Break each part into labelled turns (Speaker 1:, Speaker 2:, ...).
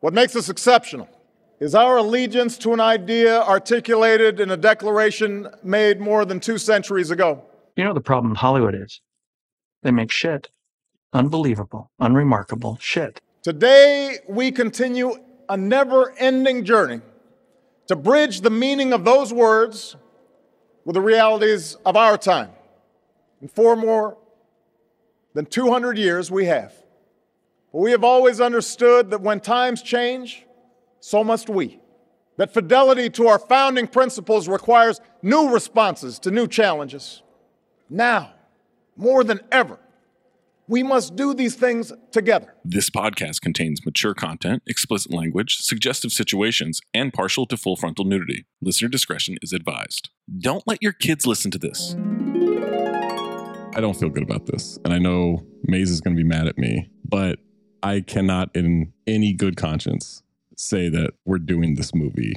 Speaker 1: What makes us exceptional is our allegiance to an idea articulated in a declaration made more than two centuries ago.
Speaker 2: You know the problem in Hollywood is? They make shit. Unbelievable, unremarkable shit.
Speaker 1: Today, we continue a never ending journey to bridge the meaning of those words with the realities of our time. In four more than 200 years, we have. But we have always understood that when times change, so must we. That fidelity to our founding principles requires new responses to new challenges. Now, more than ever, we must do these things together.
Speaker 3: This podcast contains mature content, explicit language, suggestive situations, and partial to full frontal nudity. Listener discretion is advised. Don't let your kids listen to this.
Speaker 4: I don't feel good about this. And I know Maze is going to be mad at me, but I cannot, in any good conscience, say that we're doing this movie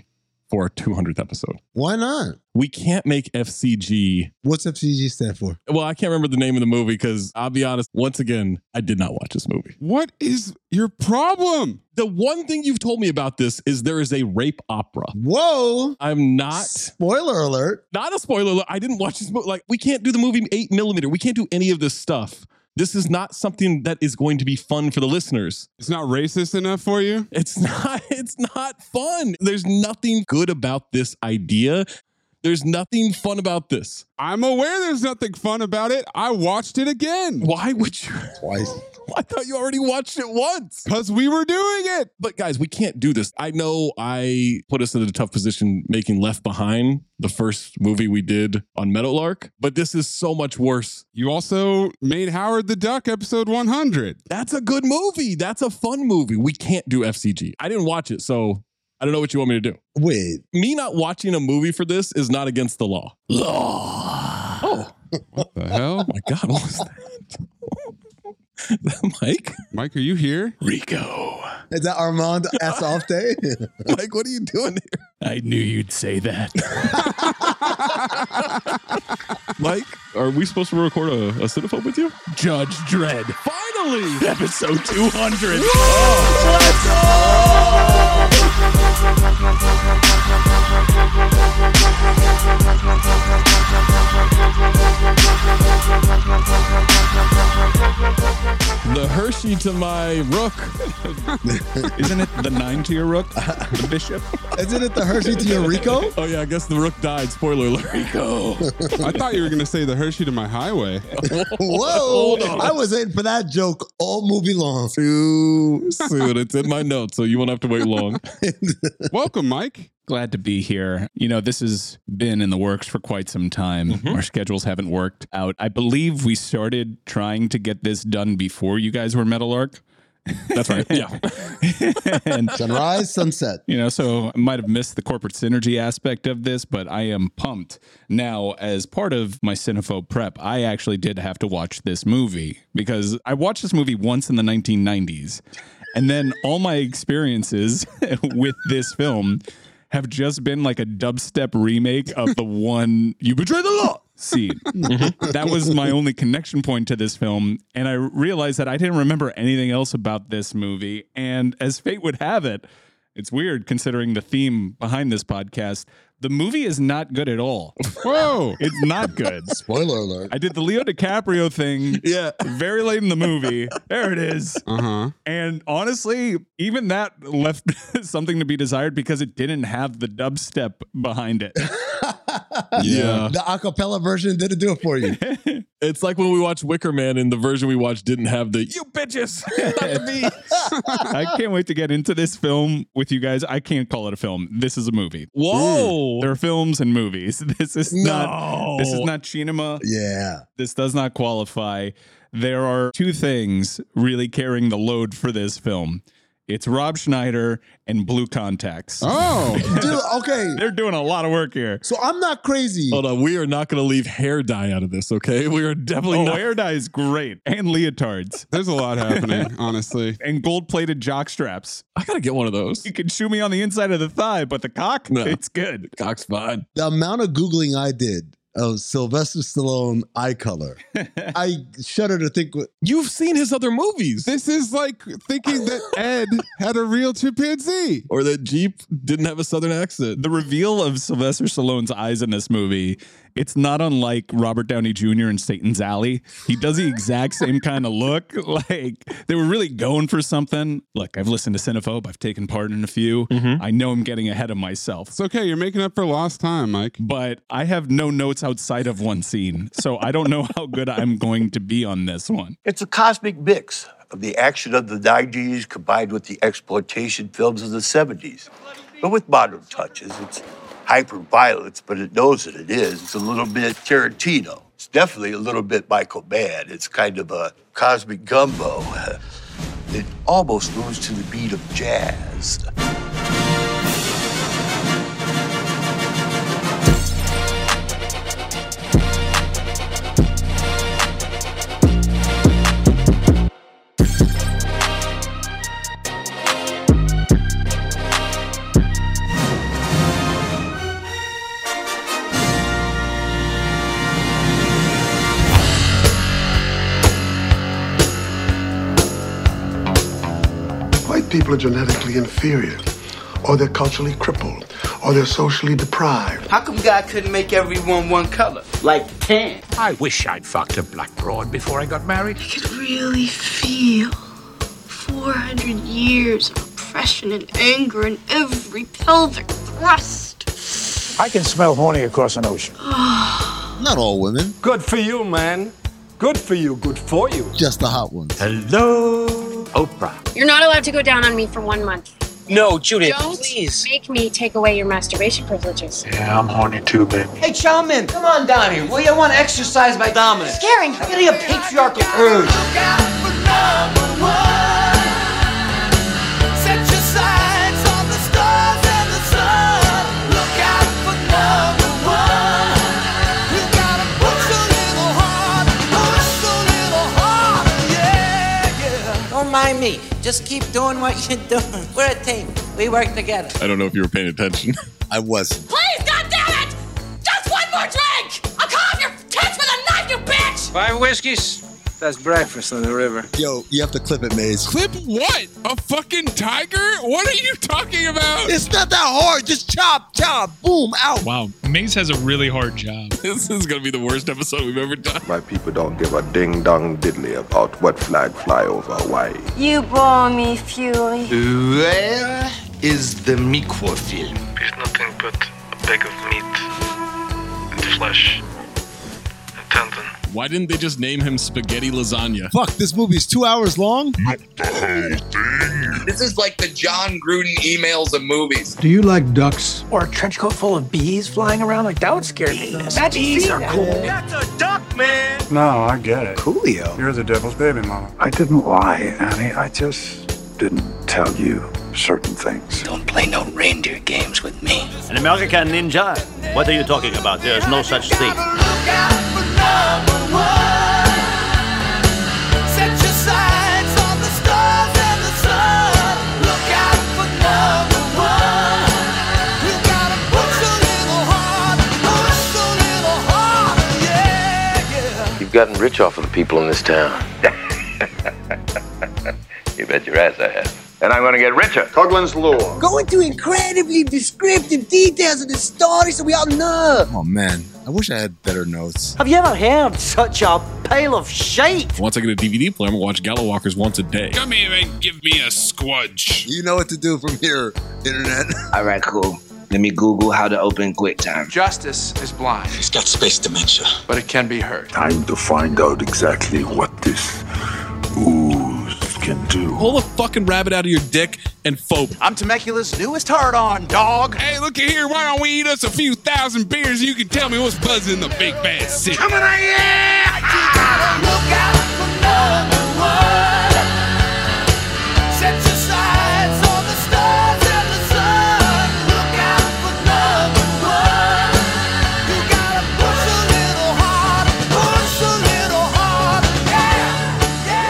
Speaker 4: for our 200th episode.
Speaker 5: Why not?
Speaker 4: We can't make FCG.
Speaker 5: What's FCG stand for?
Speaker 4: Well, I can't remember the name of the movie because I'll be honest, once again, I did not watch this movie.
Speaker 6: What is your problem?
Speaker 4: The one thing you've told me about this is there is a rape opera.
Speaker 5: Whoa!
Speaker 4: I'm not.
Speaker 5: Spoiler alert.
Speaker 4: Not a spoiler. alert, I didn't watch this movie. Like, we can't do the movie 8 millimeter. We can't do any of this stuff. This is not something that is going to be fun for the listeners.
Speaker 6: It's not racist enough for you?
Speaker 4: It's not it's not fun. There's nothing good about this idea. There's nothing fun about this.
Speaker 6: I'm aware there's nothing fun about it. I watched it again
Speaker 4: Why would you
Speaker 5: Twice.
Speaker 4: I thought you already watched it once.
Speaker 6: because we were doing it.
Speaker 4: But guys, we can't do this. I know I put us in a tough position making Left Behind, the first movie we did on Meadowlark, but this is so much worse.
Speaker 6: You also made Howard the Duck episode 100.
Speaker 4: That's a good movie. That's a fun movie. We can't do FCG. I didn't watch it, so I don't know what you want me to do.
Speaker 5: Wait.
Speaker 4: Me not watching a movie for this is not against the law. Law. Oh.
Speaker 6: What the hell?
Speaker 4: Oh my God, what was that? Is that Mike?
Speaker 6: Mike, are you here?
Speaker 7: Rico.
Speaker 5: Is that Armand S off day?
Speaker 4: Mike, what are you doing here?
Speaker 7: I knew you'd say that.
Speaker 4: Mike, are we supposed to record a, a cinephobe with you?
Speaker 7: Judge Dredd.
Speaker 4: Finally!
Speaker 7: Episode 200.
Speaker 4: The Hershey to my rook.
Speaker 7: Isn't it the nine to your rook? The bishop?
Speaker 5: Isn't it the Hershey to Eureka?
Speaker 4: Oh, yeah, I guess the rook died. Spoiler alert.
Speaker 7: Rico.
Speaker 6: I thought you were going to say the Hershey to my highway.
Speaker 5: Whoa! I was in for that joke all movie long.
Speaker 4: Too soon. It's in my notes, so you won't have to wait long.
Speaker 6: Welcome, Mike.
Speaker 7: Glad to be here. You know, this has been in the works for quite some time.
Speaker 6: Mm-hmm.
Speaker 7: Our schedules haven't worked out. I believe we started trying to get this done before you guys were Metal Arc.
Speaker 4: That's right. Yeah.
Speaker 7: and
Speaker 5: Sunrise, sunset.
Speaker 7: You know, so I might have missed the corporate synergy aspect of this, but I am pumped. Now, as part of my cinephobe prep, I actually did have to watch this movie because I watched this movie once in the 1990s. And then all my experiences with this film have just been like a dubstep remake of the one you betray the law scene. that was my only connection point to this film. And I realized that I didn't remember anything else about this movie. And as fate would have it, it's weird considering the theme behind this podcast. The movie is not good at all.
Speaker 6: Whoa.
Speaker 7: It's not good.
Speaker 5: Spoiler alert.
Speaker 7: I did the Leo DiCaprio thing
Speaker 4: Yeah. Uh-huh.
Speaker 7: very late in the movie. There it is.
Speaker 6: Uh huh.
Speaker 7: And honestly, even that left something to be desired because it didn't have the dubstep behind it.
Speaker 4: Yeah.
Speaker 5: The acapella version didn't do it for you.
Speaker 4: It's like when we watched Wicker Man and the version we watched didn't have the you bitches.
Speaker 7: I can't wait to get into this film with you guys. I can't call it a film. This is a movie.
Speaker 4: Whoa.
Speaker 7: There are films and movies. This is not
Speaker 4: Oh.
Speaker 7: this is not cinema.
Speaker 5: Yeah.
Speaker 7: This does not qualify. There are two things really carrying the load for this film. It's Rob Schneider and blue contacts.
Speaker 6: Oh.
Speaker 5: Dude, okay.
Speaker 7: They're doing a lot of work here.
Speaker 5: So I'm not crazy.
Speaker 4: Hold on. uh, We are not going to leave hair dye out of this, okay? We are definitely
Speaker 7: Oh,
Speaker 4: not.
Speaker 7: hair dye is great. And leotards.
Speaker 6: There's a lot happening, honestly.
Speaker 7: And gold plated jock straps.
Speaker 4: I got to get one of those.
Speaker 7: You can shoe me on the inside of the thigh, but the cock,
Speaker 4: No.
Speaker 7: it's good.
Speaker 4: Cock's fine.
Speaker 5: The amount of Googling I did of Sylvester Stallone eye color. I shudder to think. what-
Speaker 4: You've seen his other movies.
Speaker 6: This is like thinking that Ed had a real chimpanzee.
Speaker 4: Or that Jeep didn't have a southern accent.
Speaker 7: The reveal of Sylvester Stallone's eyes in this movie, it's not unlike Robert Downey Jr. in Satan's Alley. He does the exact same kind of look. Like they were really going for something. Look, I've listened to Cinephobe, I've taken part in a few. I know I'm getting ahead of myself.
Speaker 6: It's okay. You're making up for lost time, Mike.
Speaker 7: but I have no notes outside of one scene. So I don't know how good I'm going to be on this one.
Speaker 8: It's a cosmic mix of the action of the 90s combined with the exploitation films of the 70s. But with modern touches, it's hyper violence, but it knows that it is. It's a little bit Tarantino. It's definitely a little bit Michael Mann. It's kind of a cosmic gumbo. It almost moves to the beat of jazz.
Speaker 9: White people are genetically inferior,
Speaker 10: Oh,
Speaker 9: or they're culturally crippled, or they're socially deprived.
Speaker 11: How come God couldn't make everyone one color? Like the tan.
Speaker 12: I wish I'd fucked a black broad before I got married.
Speaker 13: I could really feel 400 years of oppression and anger in every pelvic thrust. Ah.
Speaker 12: I can smell horny across an ocean.
Speaker 5: Not all women,
Speaker 11: Good for you, man. Good for you, good for you.
Speaker 5: just the hot ones.
Speaker 12: Hello, Oprah.
Speaker 13: You're not allowed to go down on me for one month.
Speaker 12: No, Judith,
Speaker 13: Don't make me take away your masturbation privileges.
Speaker 12: Yeah, I'm horny too, baby.
Speaker 11: Hey, Chowman, come on down here. Will you want to exercise my dominance? Scaring. I'm getting a patriarchal urge. Don't mind me. Just keep doing what you're doing. We're a team. We work together.
Speaker 4: I don't know if you were paying attention.
Speaker 5: I wasn't.
Speaker 13: Please, goddammit! Just one more drink! I'll cut off your tits with a knife, you bitch!
Speaker 12: Five whiskeys. That's breakfast on the river.
Speaker 5: Yo, you have to clip it, Maze.
Speaker 6: Clip what? A fucking tiger? What are you talking about?
Speaker 5: It's not that hard. Just chop, chop, boom, out.
Speaker 14: Wow, Maze has a really hard job.
Speaker 4: this is going to be the worst episode we've ever done.
Speaker 9: My people don't give a ding dong diddly about what flag fly over Hawaii.
Speaker 13: You bore me, Fury.
Speaker 11: Where is the microfilm?
Speaker 14: It's nothing but a bag of meat and flesh and tendon.
Speaker 4: Why didn't they just name him Spaghetti Lasagna?
Speaker 5: Fuck, this movie's two hours long.
Speaker 11: This is like the John Gruden emails of movies.
Speaker 9: Do you like ducks?
Speaker 12: Or a trench coat full of bees flying around like that would scare me. bees are cool.
Speaker 11: That's a duck, man.
Speaker 14: No, I get it.
Speaker 11: Coolio.
Speaker 14: You're the devil's baby mama. I didn't lie, Annie. I just didn't tell you certain things.
Speaker 11: Don't play no reindeer games with me.
Speaker 12: An American ninja? What are you talking about? There is no such thing.
Speaker 11: You've gotten rich off of the people in this town. you bet your ass I have. And I'm gonna get richer.
Speaker 1: Coughlin's Law.
Speaker 11: Go into incredibly descriptive details of the story so we all know.
Speaker 5: Oh, man. I wish I had better notes.
Speaker 12: Have you ever had such a pail of shit?
Speaker 4: Once I get a DVD player, I'm going to watch Gala Walkers once a day.
Speaker 6: Come here and give me a squudge.
Speaker 5: You know what to do from here, internet.
Speaker 11: All right, cool. Let me Google how to open QuickTime.
Speaker 12: Justice is blind. He's got space dementia. But it can be heard.
Speaker 9: Time to find out exactly what this ooze can do.
Speaker 4: Pull a fucking rabbit out of your dick and phobe.
Speaker 11: I'm Temecula's newest hard on, dog.
Speaker 6: Hey, look at here. Why don't we eat us a few thousand beers? You can tell me what's buzzing in the big bad city.
Speaker 11: Coming on,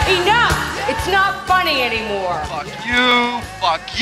Speaker 13: Enough! It's not funny anymore.
Speaker 11: Fuck you, fuck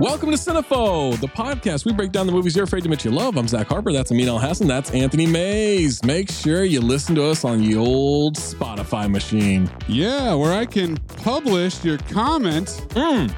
Speaker 4: Welcome to Cinepho, the podcast. We break down the movies you're afraid to admit you love. I'm Zach Harper. That's Amin Al Hassan. That's Anthony Mays. Make sure you listen to us on the old Spotify machine.
Speaker 6: Yeah, where I can publish your comment.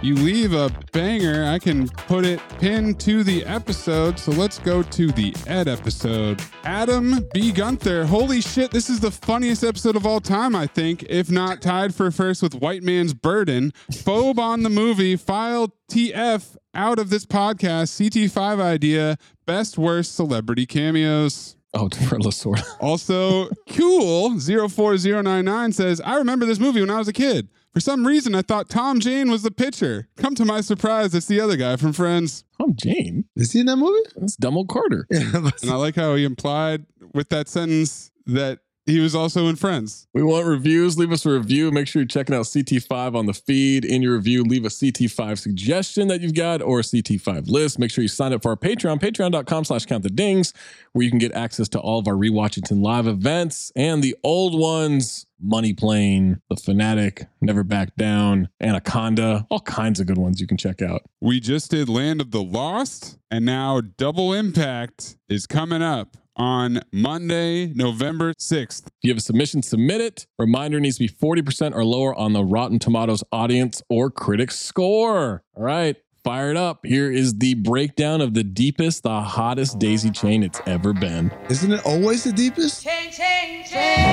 Speaker 6: You leave a banger, I can put it pinned to the episode. So let's go to the Ed episode. Adam B. Gunther, holy shit, this is the funniest episode of all time, I think, if not tied for first with White Man's Burden. Phobe on the movie, file TF out of this podcast, CT5 idea, best worst celebrity cameos.
Speaker 4: Oh, for Lasorda.
Speaker 6: Also, Cool04099 says, I remember this movie when I was a kid. For some reason, I thought Tom Jane was the pitcher. Come to my surprise, it's the other guy from Friends.
Speaker 4: Tom Jane?
Speaker 5: Is he in that movie?
Speaker 4: It's Dumble Carter.
Speaker 6: and I like how he implied with that sentence that he was also in Friends.
Speaker 4: We want reviews. Leave us a review. Make sure you're checking out CT5 on the feed. In your review, leave a CT5 suggestion that you've got or a CT5 list. Make sure you sign up for our Patreon, patreon.com slash count the dings, where you can get access to all of our Rewatchington live events and the old ones. Money Plane, The Fanatic, Never Back Down, Anaconda, all kinds of good ones you can check out.
Speaker 6: We just did Land of the Lost, and now Double Impact is coming up on Monday, November 6th.
Speaker 4: If you have a submission, submit it. Reminder needs to be 40% or lower on the Rotten Tomatoes audience or critic score. All right, fire it up. Here is the breakdown of the deepest, the hottest daisy chain it's ever been.
Speaker 5: Isn't it always the deepest?
Speaker 10: Change, change,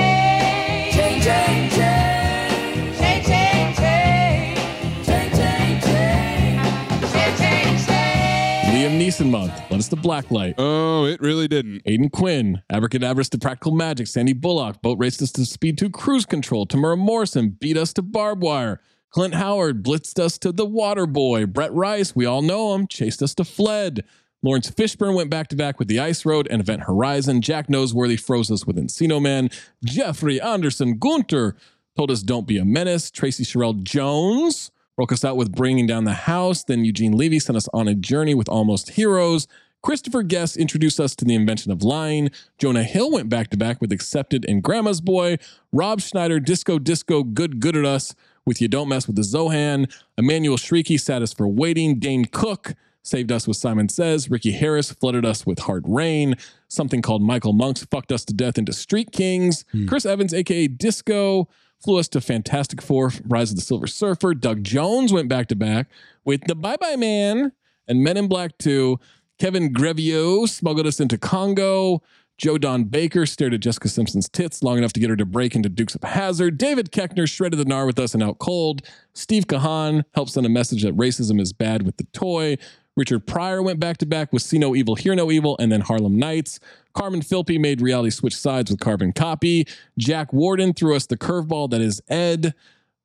Speaker 10: change. Change, change, change. Change, change, change. Change, change, change. Change, change, change.
Speaker 4: Liam Neeson month led us to Blacklight.
Speaker 6: Oh, it really didn't.
Speaker 4: Aiden Quinn, Abracadabras to Practical Magic, Sandy Bullock, Boat Raced us to Speed 2 Cruise Control, Tamara Morrison beat us to Barbed Wire. Clint Howard blitzed us to The Water Boy. Brett Rice, we all know him, chased us to Fled. Lawrence Fishburne went back to back with The Ice Road and Event Horizon. Jack Noseworthy froze us with Encino Man. Jeffrey Anderson Gunter told us Don't Be a Menace. Tracy Sherrill Jones broke us out with Bringing Down the House. Then Eugene Levy sent us on a journey with Almost Heroes. Christopher Guest introduced us to the invention of lying. Jonah Hill went back to back with Accepted and Grandma's Boy. Rob Schneider, Disco Disco, Good Good at Us with You Don't Mess with the Zohan. Emmanuel Shrieky sat us for waiting. Dane Cook saved us with Simon Says. Ricky Harris flooded us with Hard Rain. Something called Michael Monks fucked us to death into Street Kings. Chris Evans, aka Disco, flew us to Fantastic Four, Rise of the Silver Surfer. Doug Jones went back to back with The Bye Bye Man and Men in Black 2. Kevin Grevio smuggled us into Congo. Joe Don Baker stared at Jessica Simpson's tits long enough to get her to break into Dukes of Hazard. David Keckner shredded the gnar with us and out cold. Steve Kahan helped send a message that racism is bad with the toy. Richard Pryor went back to back with See No Evil, Hear No Evil, and then Harlem Nights. Carmen Philpy made reality switch sides with Carbon Copy. Jack Warden threw us the curveball that is Ed.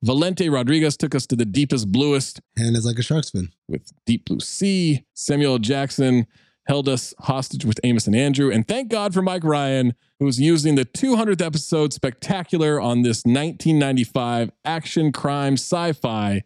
Speaker 4: Valente Rodriguez took us to the deepest, bluest
Speaker 5: And it's like a shark's fin.
Speaker 4: with Deep Blue Sea. Samuel Jackson held us hostage with Amos and Andrew. And thank God for Mike Ryan, who is using the 200th episode spectacular on this 1995 action crime sci fi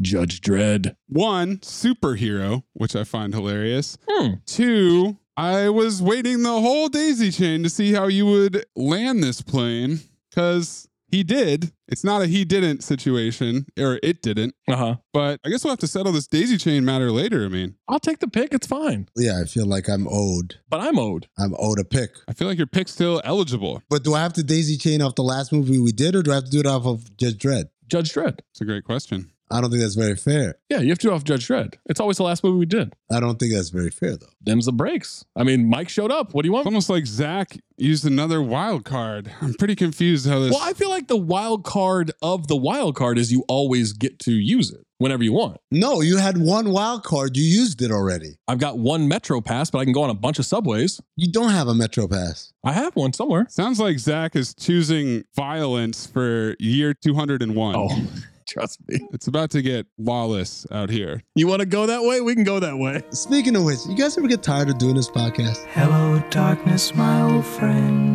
Speaker 4: Judge Dredd.
Speaker 6: One, superhero, which I find hilarious.
Speaker 4: Hmm.
Speaker 6: Two, I was waiting the whole daisy chain to see how you would land this plane because he did. It's not a he didn't situation, or it didn't.
Speaker 4: Uh huh.
Speaker 6: But I guess we'll have to settle this daisy chain matter later. I mean,
Speaker 4: I'll take the pick. It's fine.
Speaker 5: Yeah, I feel like I'm owed.
Speaker 4: But I'm owed.
Speaker 5: I'm owed a pick.
Speaker 6: I feel like your pick's still eligible.
Speaker 5: But do I have to daisy chain off the last movie we did, or do I have to do it off of Judge Dredd?
Speaker 4: Judge Dredd.
Speaker 6: It's a great question.
Speaker 5: I don't think that's very fair.
Speaker 4: Yeah, you have to do off Judge Dredd. It's always the last movie we did.
Speaker 5: I don't think that's very fair, though.
Speaker 4: Them's the breaks. I mean, Mike showed up. What do you
Speaker 6: It's
Speaker 4: want?
Speaker 6: almost like Zach used another wild card. I'm pretty confused how this.
Speaker 4: Well, I feel like the wild card of the wild card is you always get to use it whenever you want.
Speaker 5: No, you had one wild card. You used it already.
Speaker 4: I've got one Metro pass, but I can go on a bunch of subways.
Speaker 5: You don't have a Metro Pass.
Speaker 4: I have one somewhere.
Speaker 6: Sounds like Zach is choosing violence for year 201.
Speaker 4: Oh, trust me.
Speaker 6: It's about to get lawless out here.
Speaker 4: You want to go that way? We can go that way.
Speaker 5: Speaking of which, you guys ever get tired of doing this podcast?
Speaker 12: Hello, darkness, my old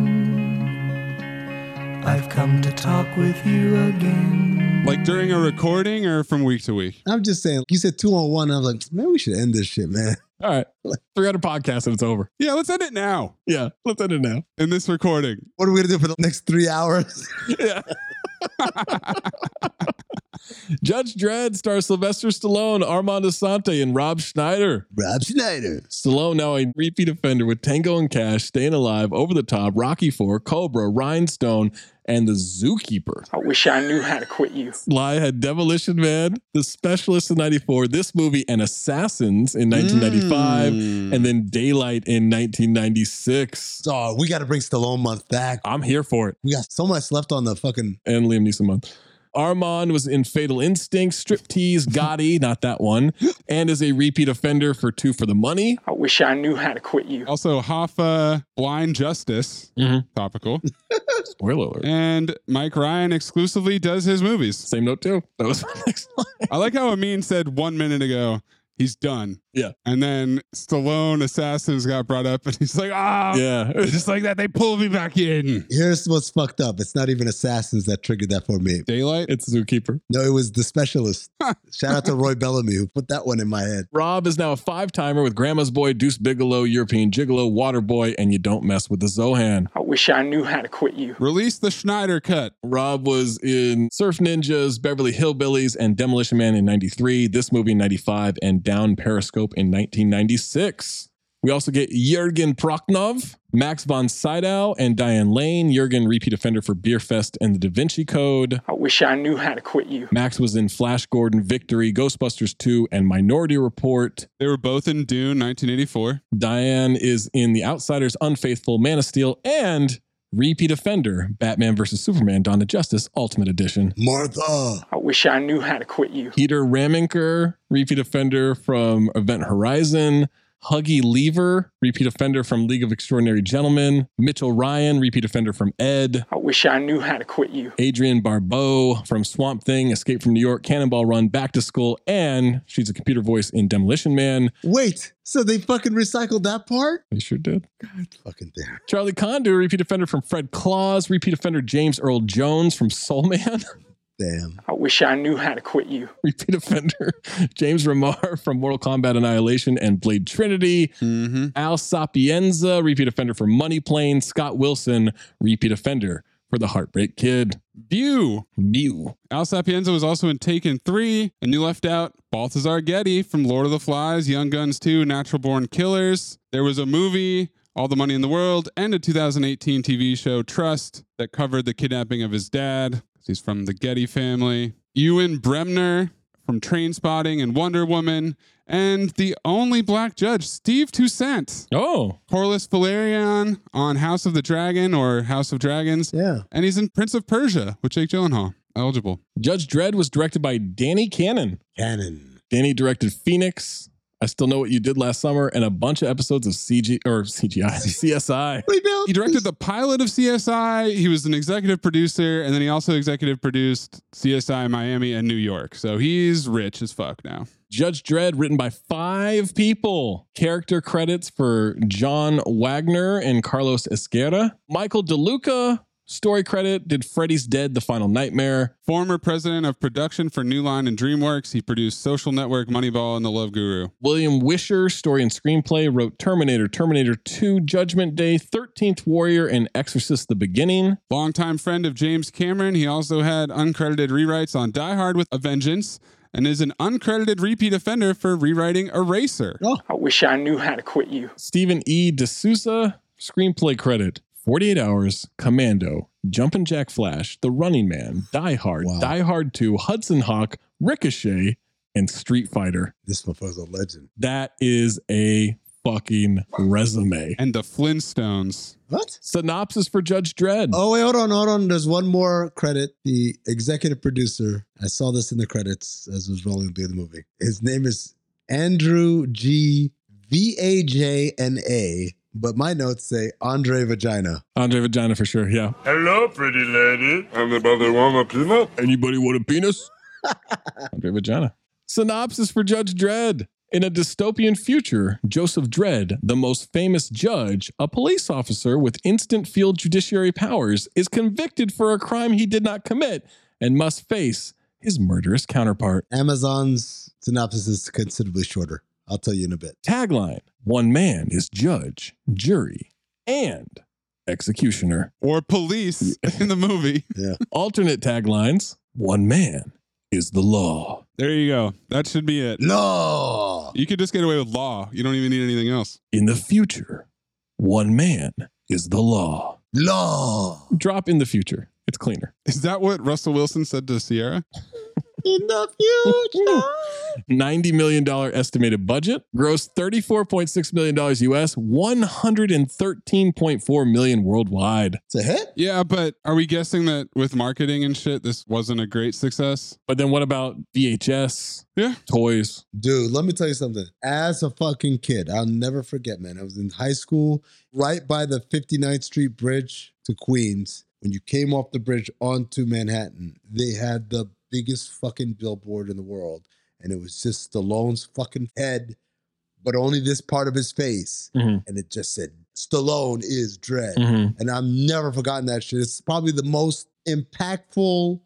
Speaker 12: friend. I've come to talk with you again.
Speaker 6: Like during a recording or from week to week?
Speaker 5: I'm just saying, you said two on one. I was like, man, we should end this shit, man.
Speaker 4: All right. 300 podcasts and it's over.
Speaker 6: Yeah, let's end it now
Speaker 4: Yeah. Let's end it now.
Speaker 6: in this recording.
Speaker 5: What are we going to do for the next three hours?
Speaker 4: Yeah. Judge Dredd stars Sylvester Stallone, Armand Asante, and Rob Schneider.
Speaker 5: Rob Schneider.
Speaker 4: Stallone, now a repeat offender with Tango and Cash, Staying Alive, Over the Top, Rocky Four, Cobra, Rhinestone, and The Zookeeper.
Speaker 15: I wish I knew how to quit you.
Speaker 4: Sly had Demolition Man, The Specialist in 94, this movie, and Assassins in 1995,
Speaker 6: Mm.
Speaker 4: and then Daylight in 1996.
Speaker 5: Oh, we got to bring Stallone month back.
Speaker 4: I'm here for it.
Speaker 5: We got so much left on the fucking.
Speaker 4: And Liam Neeson month. Armand was in Fatal Instinct, Striptease, Gotti, not that one, and is a repeat offender for Two for the Money.
Speaker 15: I wish I knew how to quit you.
Speaker 6: Also, Hoffa, Blind Justice,
Speaker 4: Mm-hmm.
Speaker 6: topical.
Speaker 4: Spoiler alert.
Speaker 6: And Mike Ryan exclusively does his movies.
Speaker 4: Same note, too. That was my next
Speaker 6: line. I like how Amin said one minute ago, he's done.
Speaker 4: Yeah.
Speaker 6: And then Stallone Assassins got brought up, and he's like, ah.
Speaker 4: Yeah.
Speaker 6: Just like that, they pulled me back in.
Speaker 5: Here's what's fucked up. It's not even Assassins that triggered that for me.
Speaker 6: Daylight?
Speaker 4: It's Zookeeper.
Speaker 5: No, it was The Specialist. Shout out to Roy Bellamy who put that one in my head.
Speaker 4: Rob is now a five timer with Grandma's Boy, Deuce Bigelow, European Gigolo, Waterboy, and You Don't Mess with the Zohan.
Speaker 15: I wish I knew how to quit you.
Speaker 6: Release the Schneider cut.
Speaker 4: Rob was in Surf Ninjas, Beverly Hillbillies, and Demolition Man in 93, this movie in 95, and Down Periscope in 1996. We also get Jurgen Prochnov, Max von Sydow, and Diane Lane. Jurgen, repeat offender for Beerfest and The Da Vinci Code.
Speaker 15: I wish I knew how to quit you.
Speaker 4: Max was in Flash Gordon, Victory, Ghostbusters 2, and Minority Report.
Speaker 6: They were both in Dune 1984.
Speaker 4: Diane is in The Outsiders, Unfaithful, Man of Steel, and repeat offender Batman vs. Superman, Dawn of Justice, Ultimate Edition.
Speaker 5: Martha.
Speaker 15: I wish I knew how to quit you.
Speaker 4: Peter Raminker, repeat offender from Event Horizon. Huggy Lever, repeat offender from League of Extraordinary Gentlemen. Mitchell Ryan, repeat offender from Ed.
Speaker 15: I wish I knew how to quit you.
Speaker 4: Adrian Barbeau from Swamp Thing, Escape from New York, Cannonball Run, Back to School, and she's a computer voice in Demolition Man.
Speaker 5: Wait, so they fucking recycled that part?
Speaker 4: They sure did.
Speaker 5: Fucking there.
Speaker 4: Charlie Condu, repeat offender from Fred Claus, repeat offender James Earl Jones from Soul Man,
Speaker 5: Damn.
Speaker 15: I wish I knew how to quit you.
Speaker 4: repeat offender James Ramar from Mortal Kombat Annihilation and Blade Trinity, Al Sapienza, repeat offender for Money Plane, Scott Wilson, repeat offender for The Heartbreak Kid.
Speaker 6: View.
Speaker 4: Mew.
Speaker 6: Al Sapienza was also in Taken 3, and you left out Balthazar Getty from Lord of the Flies, Young Guns 2, Natural Born Killers. There was a movie, All the Money in the World, and a 2018 TV show, Trust, that covered the kidnapping of his dad. He's from the Getty family. Ewan Bremner from Train Spotting and Wonder Woman, and the only black judge, Steve Toussaint.
Speaker 4: Oh,
Speaker 6: Corliss Valerian on House of the Dragon or House of Dragons.
Speaker 5: Yeah.
Speaker 6: And he's in Prince of Persia with Jake Gyllenhaal. Eligible.
Speaker 4: Judge Dredd was directed by Danny Cannon.
Speaker 5: Cannon.
Speaker 4: Danny directed Phoenix. I still know what you did last summer and a bunch of episodes of CG or CGI CSI.
Speaker 5: Rebuild.
Speaker 6: He directed the pilot of CSI. He was an executive producer, and then he also executive produced CSI Miami and New York. So he's rich as fuck now.
Speaker 4: Judge Dredd, written by five people. Character credits for John Wagner and Carlos Esquerra. Michael DeLuca, story credit, did Freddy's Dead, The Final Nightmare.
Speaker 6: Former president of production for New Line and DreamWorks, he produced Social Network, Moneyball, and The Love Guru.
Speaker 4: William Wisher, story and screenplay, wrote Terminator, Terminator 2, Judgment Day, 13th Warrior, and Exorcist The Beginning.
Speaker 6: Longtime friend of James Cameron, he also had uncredited rewrites on Die Hard with a Vengeance and is an uncredited repeat offender for rewriting Eraser.
Speaker 15: I wish I knew how to quit you.
Speaker 4: Stephen E. D'Souza, screenplay credit 48 Hours, Commando, Jumpin' Jack Flash, The Running Man, Die Hard,
Speaker 5: Wow.
Speaker 4: Die Hard 2, Hudson Hawk, Ricochet, and Street Fighter.
Speaker 5: This motherfucker's a legend.
Speaker 4: That is a fucking resume.
Speaker 6: And the Flintstones.
Speaker 5: What?
Speaker 4: Synopsis for Judge Dredd.
Speaker 5: Oh, wait, hold on, hold on. There's one more credit. The executive producer, I saw this in the credits as it was rolling through the movie. His name is Andrew G. V A J N A, but my notes say Andre Vagina.
Speaker 4: Andre Vagina for sure. Yeah.
Speaker 16: Hello, pretty lady. Anybody want a peanut?
Speaker 4: Anybody want a penis? Andre Vagina. Synopsis for Judge Dredd. In a dystopian future, Joseph Dredd, the most famous judge, a police officer with instant field judiciary powers, is convicted for a crime he did not commit and must face his murderous counterpart.
Speaker 5: Amazon's synopsis is considerably shorter. I'll tell you in a bit.
Speaker 4: Tagline One man is judge, jury, and executioner.
Speaker 6: Or police in the movie.
Speaker 5: Yeah.
Speaker 4: Alternate taglines One man is the law.
Speaker 6: There you go. That should be it.
Speaker 4: Law.
Speaker 6: You could just get away with law. You don't even need anything else.
Speaker 4: In the future, one man is the law. Law. Drop in the future. It's cleaner.
Speaker 6: Is that what Russell Wilson said to Sierra?
Speaker 5: In the future.
Speaker 4: $90 million estimated budget, gross $34.6 million US, $113.4 million worldwide.
Speaker 5: It's a hit.
Speaker 6: Yeah, but are we guessing that with marketing and shit, this wasn't a great success?
Speaker 4: But then what about VHS?
Speaker 6: Yeah.
Speaker 4: Toys.
Speaker 5: Dude, let me tell you something. As a fucking kid, I'll never forget, man. I was in high school right by the 59th Street Bridge to Queens. When you came off the bridge onto Manhattan, they had the biggest fucking billboard in the world. And it was just Stallone's fucking head, but only this part of his face.
Speaker 4: Mhm.
Speaker 5: And it just said, Stallone is dread.
Speaker 4: Mhm.
Speaker 5: And I've never forgotten that shit. It's probably the most impactful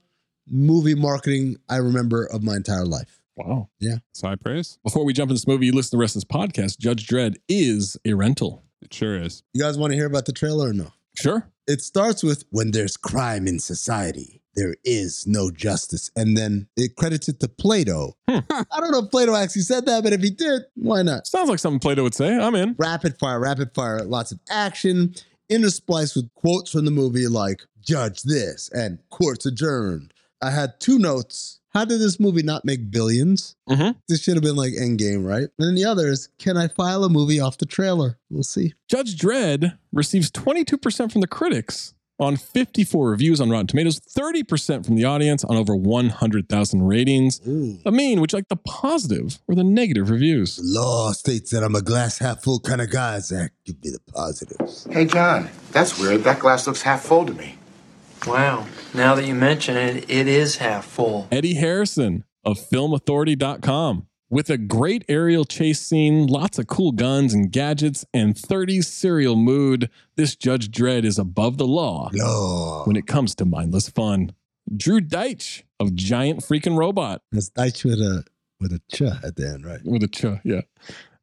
Speaker 5: movie marketing I remember of my entire life.
Speaker 4: Wow.
Speaker 6: It's high praise.
Speaker 4: Before we jump into this movie, you listen to the rest of this podcast. Judge Dredd is a rental.
Speaker 6: It sure is.
Speaker 5: You guys want to hear about the trailer or no?
Speaker 4: Sure.
Speaker 5: It starts with when there's crime in society, there is no justice. And then it credits it to Plato. I don't know if Plato actually said that, but if he did, why not?
Speaker 4: Sounds like something Plato would say. I'm in.
Speaker 5: Rapid fire, rapid fire, lots of action, interspliced with quotes from the movie like, judge this and courts adjourned. I had two notes. How did this movie not make 1000000000s
Speaker 4: Mhm.
Speaker 5: This should have been like Endgame, right? And then the other is, can I file a movie off the trailer? We'll see.
Speaker 4: Judge Dredd receives 22% from the critics on 54 reviews on Rotten Tomatoes, 30% from the audience on over 100,000 ratings.
Speaker 5: Ooh.
Speaker 4: I mean, would you like the positive or the negative reviews?
Speaker 5: law states that I'm a glass half full kind of guy, Zach. Give me the positives.
Speaker 17: Hey, John, that's weird. That glass looks half full to me.
Speaker 12: Wow. Now that you mention it, it is half full.
Speaker 4: Eddie Harrison of filmauthority.com with a great aerial chase scene, lots of cool guns and gadgets, and 30s serial mood. This Judge Dredd is above the law
Speaker 5: Law.
Speaker 4: when it comes to mindless fun. Drew Deitch of Giant Freaking Robot
Speaker 5: That's Deitch with a with a ch at the end, right?
Speaker 4: with a ch, yeah.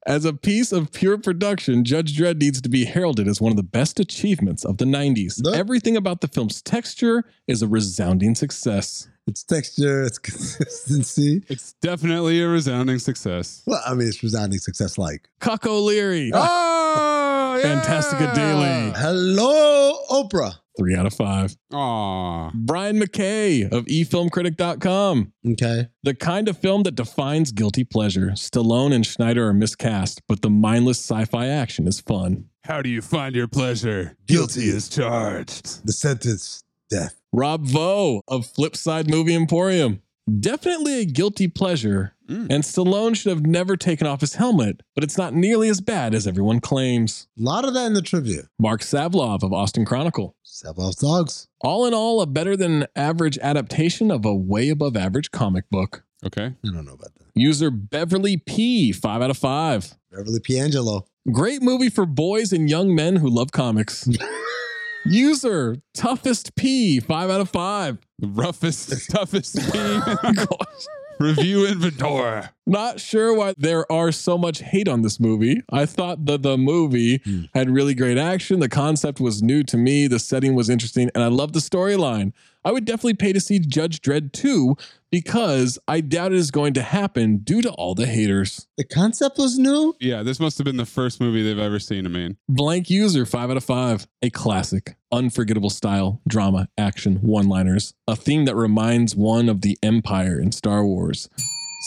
Speaker 4: As a piece of pure production, Judge Dredd needs to be heralded as one of the best achievements of the 90s.
Speaker 5: Look.
Speaker 4: Everything about the film's texture is a resounding success.
Speaker 5: It's texture, it's consistency.
Speaker 6: It's definitely a resounding success.
Speaker 5: Well, I mean, it's resounding success. Like,
Speaker 4: Cuck O'Leary, Ah!
Speaker 6: Oh, yeah.
Speaker 4: Fantastica Daily,
Speaker 5: hello, Oprah.
Speaker 4: three out of five.
Speaker 6: Aw.
Speaker 4: Brian McKay of e efilmcritic.com.
Speaker 5: Okay,
Speaker 4: The kind of film that defines guilty pleasure. Stallone and Schneider are miscast, but the mindless sci fi action is fun.
Speaker 6: How do you find your pleasure?
Speaker 5: Guilty
Speaker 6: is charged.
Speaker 5: the sentence death.
Speaker 4: Rob Vo of Flipside Movie Emporium. Definitely a guilty pleasure, and Stallone should have never taken off his helmet, but it's not nearly as bad as everyone claims.
Speaker 5: A lot of that in the trivia.
Speaker 4: Mark Savlov of Austin Chronicle.
Speaker 5: Several dogs.
Speaker 4: All in all, a better than average adaptation of a way above average comic book.
Speaker 6: Okay.
Speaker 5: I don't know about that.
Speaker 4: User Beverly P, 5 out of 5.
Speaker 5: Beverly Piangelo.
Speaker 4: Great movie for boys and young men who love comics. User Toughest P, 5 out of 5.
Speaker 6: The roughest, toughest team. Review inventory.
Speaker 4: Not sure why there are so much hate on this movie. I thought that the movie had really great action. The concept was new to me. The setting was interesting, and I loved the storyline. I would definitely pay to see Judge Dredd 2 because I doubt it is going to happen due to all the haters.
Speaker 5: The concept was new.
Speaker 6: Yeah, this must have been the first movie they've ever seen. I mean,
Speaker 4: Blank user, five out of five. A classic, unforgettable style, drama, action, one liners, a theme that reminds one of the Empire in Star Wars.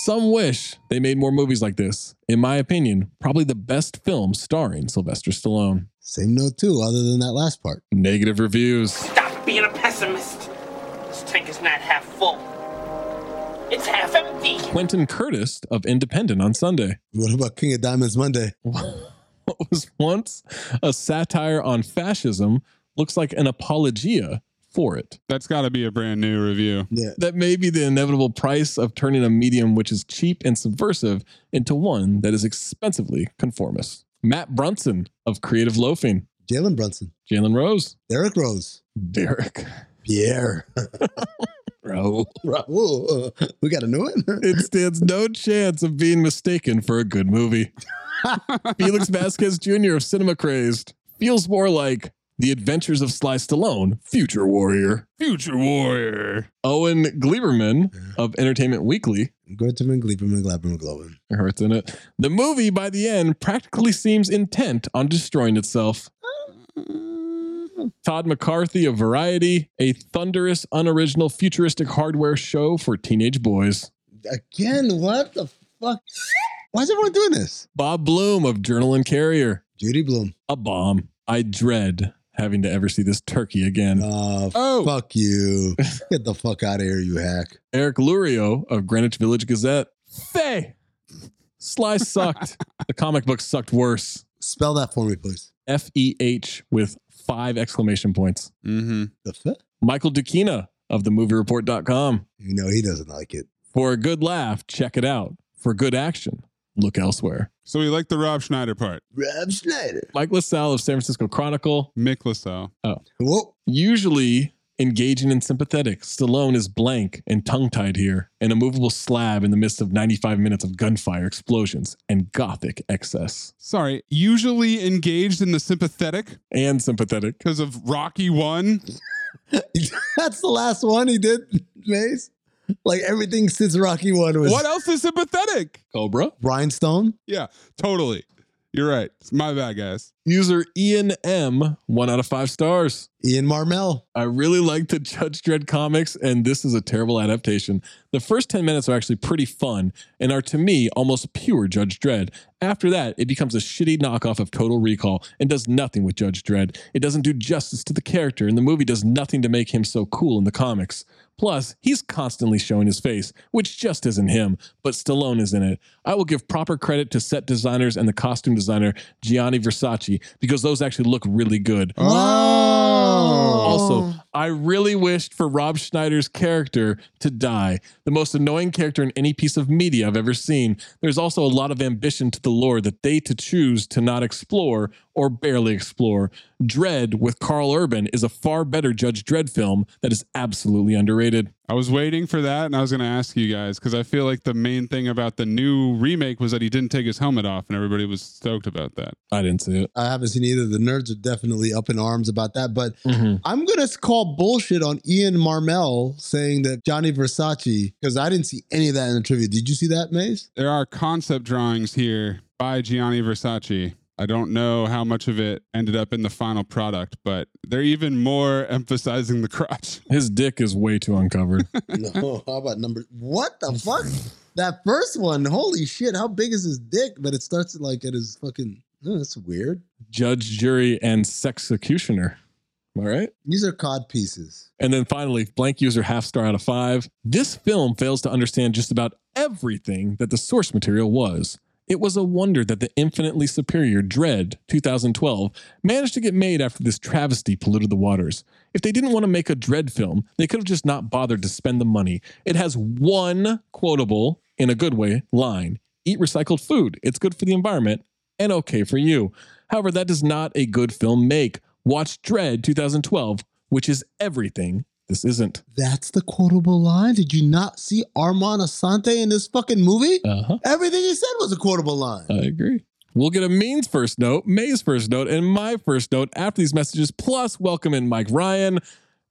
Speaker 4: Some wish they made more movies like this. In my opinion, probably the best film starring Sylvester Stallone.
Speaker 5: Same note too, other than that last part.
Speaker 4: Negative reviews.
Speaker 10: Stop being a pessimist. This tank is not half full. It's half empty.
Speaker 4: Quentin Curtis of Independent on Sunday.
Speaker 5: What about King of Diamonds Monday?
Speaker 4: What was once a satire on fascism looks like an apologia for it.
Speaker 6: that's got to be a brand new review.
Speaker 5: Yeah.
Speaker 4: that may be the inevitable price of turning a medium which is cheap and subversive into one that is expensively conformist. Matt Brunson of Creative Loafing,
Speaker 5: Jalen Brunson.
Speaker 4: Jalen Rose,
Speaker 5: Derek Rose.
Speaker 4: Derek
Speaker 5: Pierre.
Speaker 4: Rowe.
Speaker 5: Raul. Uh, we got a new one?
Speaker 4: It stands no chance of being mistaken for a good movie. Felix Vasquez Jr. of Cinema Crazed feels more like The Adventures of Sly Stallone, Future Warrior. Future Warrior. Owen Gleiberman of Entertainment Weekly.
Speaker 5: Goitman, Gleiberman, Glabberman, Globin.
Speaker 4: Hurts in it. The movie, by the end, practically seems intent on destroying itself.
Speaker 5: Mm.
Speaker 4: Todd McCarthy of Variety, a thunderous, unoriginal, futuristic hardware show for teenage boys.
Speaker 5: Again, what the fuck? Why is everyone doing this?
Speaker 4: Bob Bloom of Journal and Carrier.
Speaker 5: Judy Bloom.
Speaker 4: A bomb. I dread having to ever see this turkey again.
Speaker 5: oh. fuck you. Get the fuck out of here, you hack.
Speaker 4: Eric Lurio of Greenwich Village Gazette. Faye! Sly sucked. the comic book sucked worse.
Speaker 5: Spell that for me, please.
Speaker 4: F E H with five exclamation points.
Speaker 7: Mm-hmm.
Speaker 5: The fuck?
Speaker 4: Michael Dukina of themoviereport.com.
Speaker 5: You know he doesn't like it.
Speaker 4: For a good laugh, check it out. For good action, look elsewhere.
Speaker 6: So we like the Rob Schneider part.
Speaker 5: Rob Schneider.
Speaker 4: Mike LaSalle of San Francisco Chronicle.
Speaker 6: Mick LaSalle.
Speaker 4: Oh.
Speaker 5: Whoa.
Speaker 4: Usually engaging and sympathetic, Stallone is blank and tongue tied here, an immovable slab in the midst of 95 minutes of gunfire, explosions, and gothic excess.
Speaker 6: Sorry, usually engaged in the sympathetic
Speaker 4: And sympathetic.
Speaker 6: because of Rocky One.
Speaker 5: That's the last one he did, Mace. Like everything since Rocky One was
Speaker 6: What else is sympathetic?
Speaker 4: Cobra.
Speaker 5: Rhinestone.
Speaker 6: Yeah, totally. You're right. It's my bad, guys.
Speaker 4: User Ian M, one out of five stars.
Speaker 5: Ian Marmel.
Speaker 4: I really like the Judge Dredd comics, and this is a terrible adaptation. The first 10 minutes are actually pretty fun and are, to me, almost pure Judge Dredd. After that, it becomes a shitty knockoff of Total Recall and does nothing with Judge Dredd. It doesn't do justice to the character, and the movie does nothing to make him so cool in the comics. Plus, he's constantly showing his face, which just isn't him, but Stallone is in it. I will give proper credit to set designers and the costume designer, Gianni Versace, because those actually look really good. Also, I really wished for Rob Schneider's character to die. The most annoying character in any piece of media I've ever seen. There's also a lot of ambition to the lore that they to choose to not explore or barely explore. Dread with Carl Urban is a far better Judge Dread film that is absolutely underrated.
Speaker 6: I was waiting for that and I was going to ask you guys because I feel like the main thing about the new remake was that he didn't take his helmet off and everybody was stoked about that.
Speaker 4: I didn't see it.
Speaker 5: I haven't seen either. The nerds are definitely up in arms about that, but I'm gonna call bullshit on Ian Marmel saying that Johnny Versace because I didn't see any of that in the trivia. Did you see that, Mace?
Speaker 6: There are concept drawings here by Gianni Versace. I don't know how much of it ended up in the final product, but they're even more emphasizing the crotch.
Speaker 4: His dick is way too uncovered.
Speaker 5: no. How about number? What the fuck? That first one. Holy shit! How big is his dick? But it starts like at his fucking. Oh, that's weird.
Speaker 4: Judge, jury, and sexecutioner. Am I right?
Speaker 5: These are cod pieces.
Speaker 4: And then finally, blank user half star out of five. This film fails to understand just about everything that the source material was. It was a wonder that the infinitely superior Dread 2012 managed to get made after this travesty polluted the waters. If they didn't want to make a Dread film, they could have just not bothered to spend the money. It has one quotable, in a good way, line Eat recycled food. It's good for the environment and okay for you. However, that does not a good film make. Watch Dread 2012, which is everything this isn't.
Speaker 5: That's the quotable line. Did you not see Armand Asante in this fucking movie?
Speaker 4: Uh-huh.
Speaker 5: Everything he said was a quotable line.
Speaker 4: I agree. We'll get a means first note, May's first note, and my first note after these messages, plus welcome in Mike Ryan.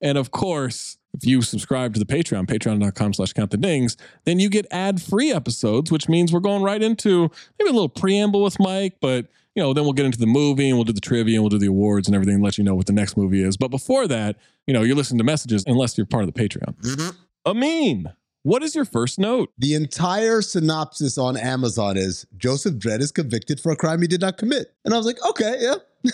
Speaker 4: And of course, if you subscribe to the Patreon, patreon.com slash count the dings, then you get ad-free episodes, which means we're going right into maybe a little preamble with Mike, but you know, then we'll get into the movie and we'll do the trivia and we'll do the awards and everything and let you know what the next movie is. But before that, you know, you're listening to messages unless you're part of the Patreon. Amin, what is your first note?
Speaker 5: The entire synopsis on Amazon is Joseph Dredd is convicted for a crime he did not commit. And I was like, okay, yeah,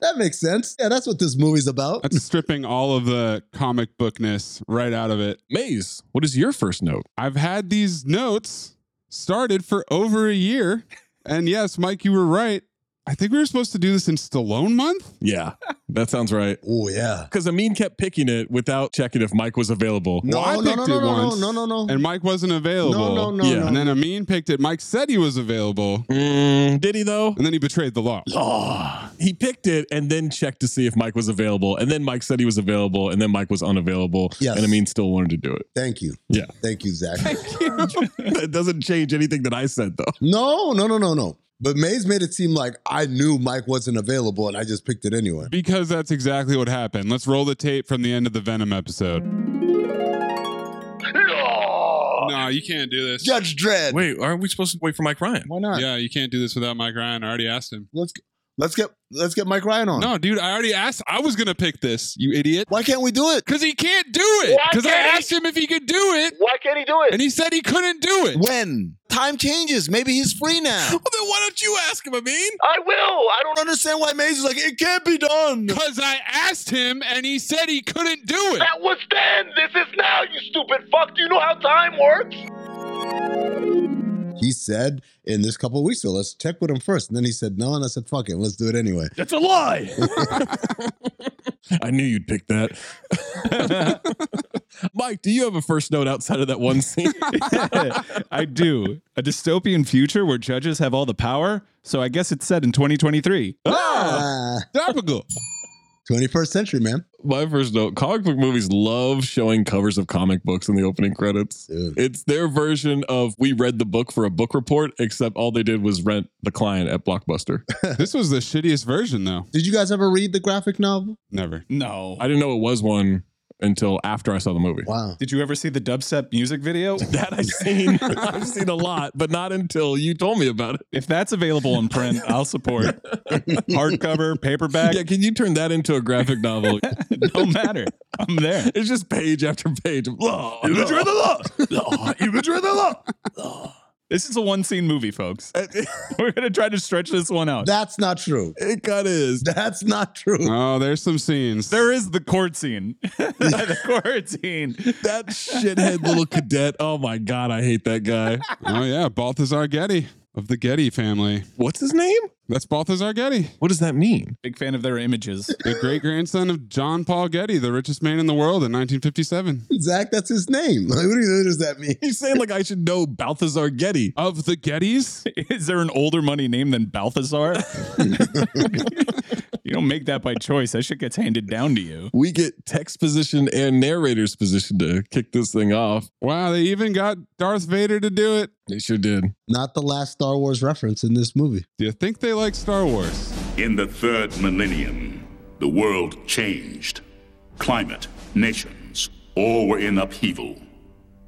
Speaker 5: that makes sense. Yeah, that's what this movie's about.
Speaker 6: That's stripping all of the comic bookness right out of it.
Speaker 4: Maze, what is your first note?
Speaker 6: I've had these notes started for over a year. And yes, Mike, you were right. I think we were supposed to do this in Stallone month.
Speaker 4: Yeah, that sounds right.
Speaker 5: Oh, yeah.
Speaker 4: Because Amin kept picking it without checking if Mike was available.
Speaker 5: No,
Speaker 6: Well, I
Speaker 5: no,
Speaker 6: picked
Speaker 5: no,
Speaker 6: it
Speaker 5: no, no,
Speaker 6: once.
Speaker 5: no, no, no, no.
Speaker 6: And Mike wasn't available.
Speaker 5: No, no, no,
Speaker 4: Yeah.
Speaker 5: no.
Speaker 6: And then Amin picked it. Mike said he was available.
Speaker 4: Mm, did he though?
Speaker 6: And then he betrayed the law.
Speaker 4: Oh, he picked it and then checked to see if Mike was available. And then Mike said he was available. And then Mike was unavailable.
Speaker 5: Yes.
Speaker 4: And Amin still wanted to do it.
Speaker 5: Thank you.
Speaker 4: Yeah.
Speaker 5: Thank you, Zach.
Speaker 4: that doesn't change anything that I said though.
Speaker 5: no, no, no, no, no. But Mays made it seem like I knew Mike wasn't available and I just picked it anyway.
Speaker 6: Because that's exactly what happened. Let's roll the tape from the end of the Venom episode. No, you can't do this.
Speaker 5: Judge Dredd.
Speaker 3: Wait, aren't we supposed to wait for Mike Ryan?
Speaker 5: Why not?
Speaker 6: Yeah, you can't do this without Mike Ryan. I already asked him.
Speaker 5: Let's let's get let's get Mike Ryan on.
Speaker 6: No, dude, I already asked. I was gonna pick this. You idiot.
Speaker 5: Why can't we do it?
Speaker 6: Because he can't do it.
Speaker 18: Why
Speaker 6: Because I
Speaker 18: can't he-
Speaker 6: asked him if he could do it,
Speaker 18: Why can't he do it?
Speaker 6: and he said he couldn't do it.
Speaker 5: When time changes, maybe he's free now.
Speaker 3: Well, then why don't you ask him, I mean?
Speaker 18: I will. I
Speaker 5: I don't
Speaker 18: don't.
Speaker 5: understand why Mays is like it can't be done.
Speaker 6: Because I asked him, and he said he couldn't do it.
Speaker 18: That was then. This is now. You stupid fuck. Do you know how time works?
Speaker 5: He said in this couple of weeks, so let's check with him first. And then he said no, and I said fuck it, let's do it anyway.
Speaker 3: That's a lie.
Speaker 4: I knew you'd pick that. Mike, do you have a first note outside of that one scene?
Speaker 7: I do. A dystopian future where judges have all the power. So I guess it's set in 2023.
Speaker 5: Ah,
Speaker 6: Topical.
Speaker 5: 21st century, man.
Speaker 4: My first note comic book movies love showing covers of comic books in the opening credits.
Speaker 5: Dude.
Speaker 4: It's their version of we read the book for a book report, except all they did was rent the client at Blockbuster.
Speaker 6: this was the shittiest version, though.
Speaker 5: Did you guys ever read the graphic novel?
Speaker 6: Never.
Speaker 7: No.
Speaker 4: I didn't know it was one until after I saw the movie.
Speaker 5: Wow.
Speaker 7: Did you ever see the dubstep music video?
Speaker 4: That I've seen, I've seen a lot, but not until you told me about it.
Speaker 7: If that's available in print, I'll support hardcover, paperback.
Speaker 4: Yeah, can you turn that into a graphic novel?
Speaker 7: No matter. I'm there.
Speaker 4: It's just page after page of law.
Speaker 7: You betrayed the
Speaker 4: law. law. You betrayed the law.
Speaker 7: This is a one scene movie, folks. We're going to try to stretch this one out.
Speaker 5: That's not true.
Speaker 4: It kind of is. Uh,
Speaker 5: That's not true.
Speaker 6: Oh, there's some scenes.
Speaker 7: There is the court scene. the court scene.
Speaker 4: That shithead little cadet. Oh my god, I hate that guy.
Speaker 6: oh yeah, Balthazar Getty of the Getty family.
Speaker 4: What's his name?
Speaker 6: That's Balthazar Getty,
Speaker 4: What does that mean?
Speaker 7: Big fan of their images.
Speaker 6: the great grandson of John Paul Getty, the richest man in the world in 1957.
Speaker 5: Zach, that's his name. Like, what, do you, what does that mean?
Speaker 4: He's saying like I should know Balthazar Getty.
Speaker 6: Of the Gettys?
Speaker 7: Is there an older money name than Balthazar? you don't make that by choice. That shit gets handed down to you.
Speaker 4: We get text position and narrator's position to kick this thing off.
Speaker 6: Wow, they even got Darth Vader to do it.
Speaker 4: They sure did.
Speaker 5: Not the last Star Wars reference in this movie.
Speaker 6: Do you think they like Star Wars?
Speaker 19: In the third millennium, the world changed. Climate, nations, all were in upheaval.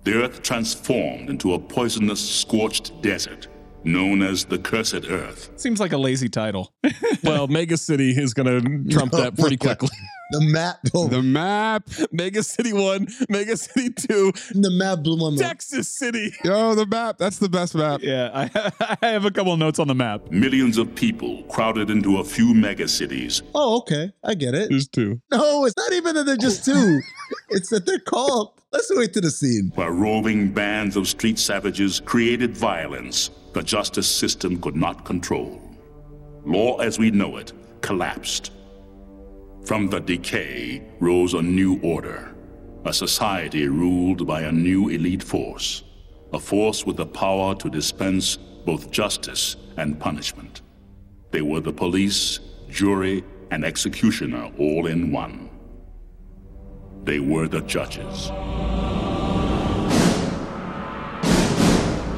Speaker 19: The earth transformed into a poisonous, scorched desert known as the Cursed Earth.
Speaker 7: Seems like a lazy title.
Speaker 4: Well, Mega City is gonna trump that pretty quickly.
Speaker 5: The map, oh,
Speaker 6: The map.
Speaker 4: Mega City one, Mega City two,
Speaker 5: the map blew my mind.
Speaker 4: Texas City.
Speaker 6: Yo, the map. That's the best map.
Speaker 7: yeah, I, I have a couple notes on the map.
Speaker 19: Millions of people crowded into a few megacities.
Speaker 5: Oh, okay. I get it.
Speaker 4: There's two.
Speaker 5: No, it's not even that they're just two. it's that they're called. Let's wait to the scene.
Speaker 19: Where roving bands of street savages created violence the justice system could not control. Law as we know it collapsed. From the decay rose a new order, a society ruled by a new elite force, a force with the power to dispense both justice and punishment. They were the police, jury, and executioner all in one. They were the judges.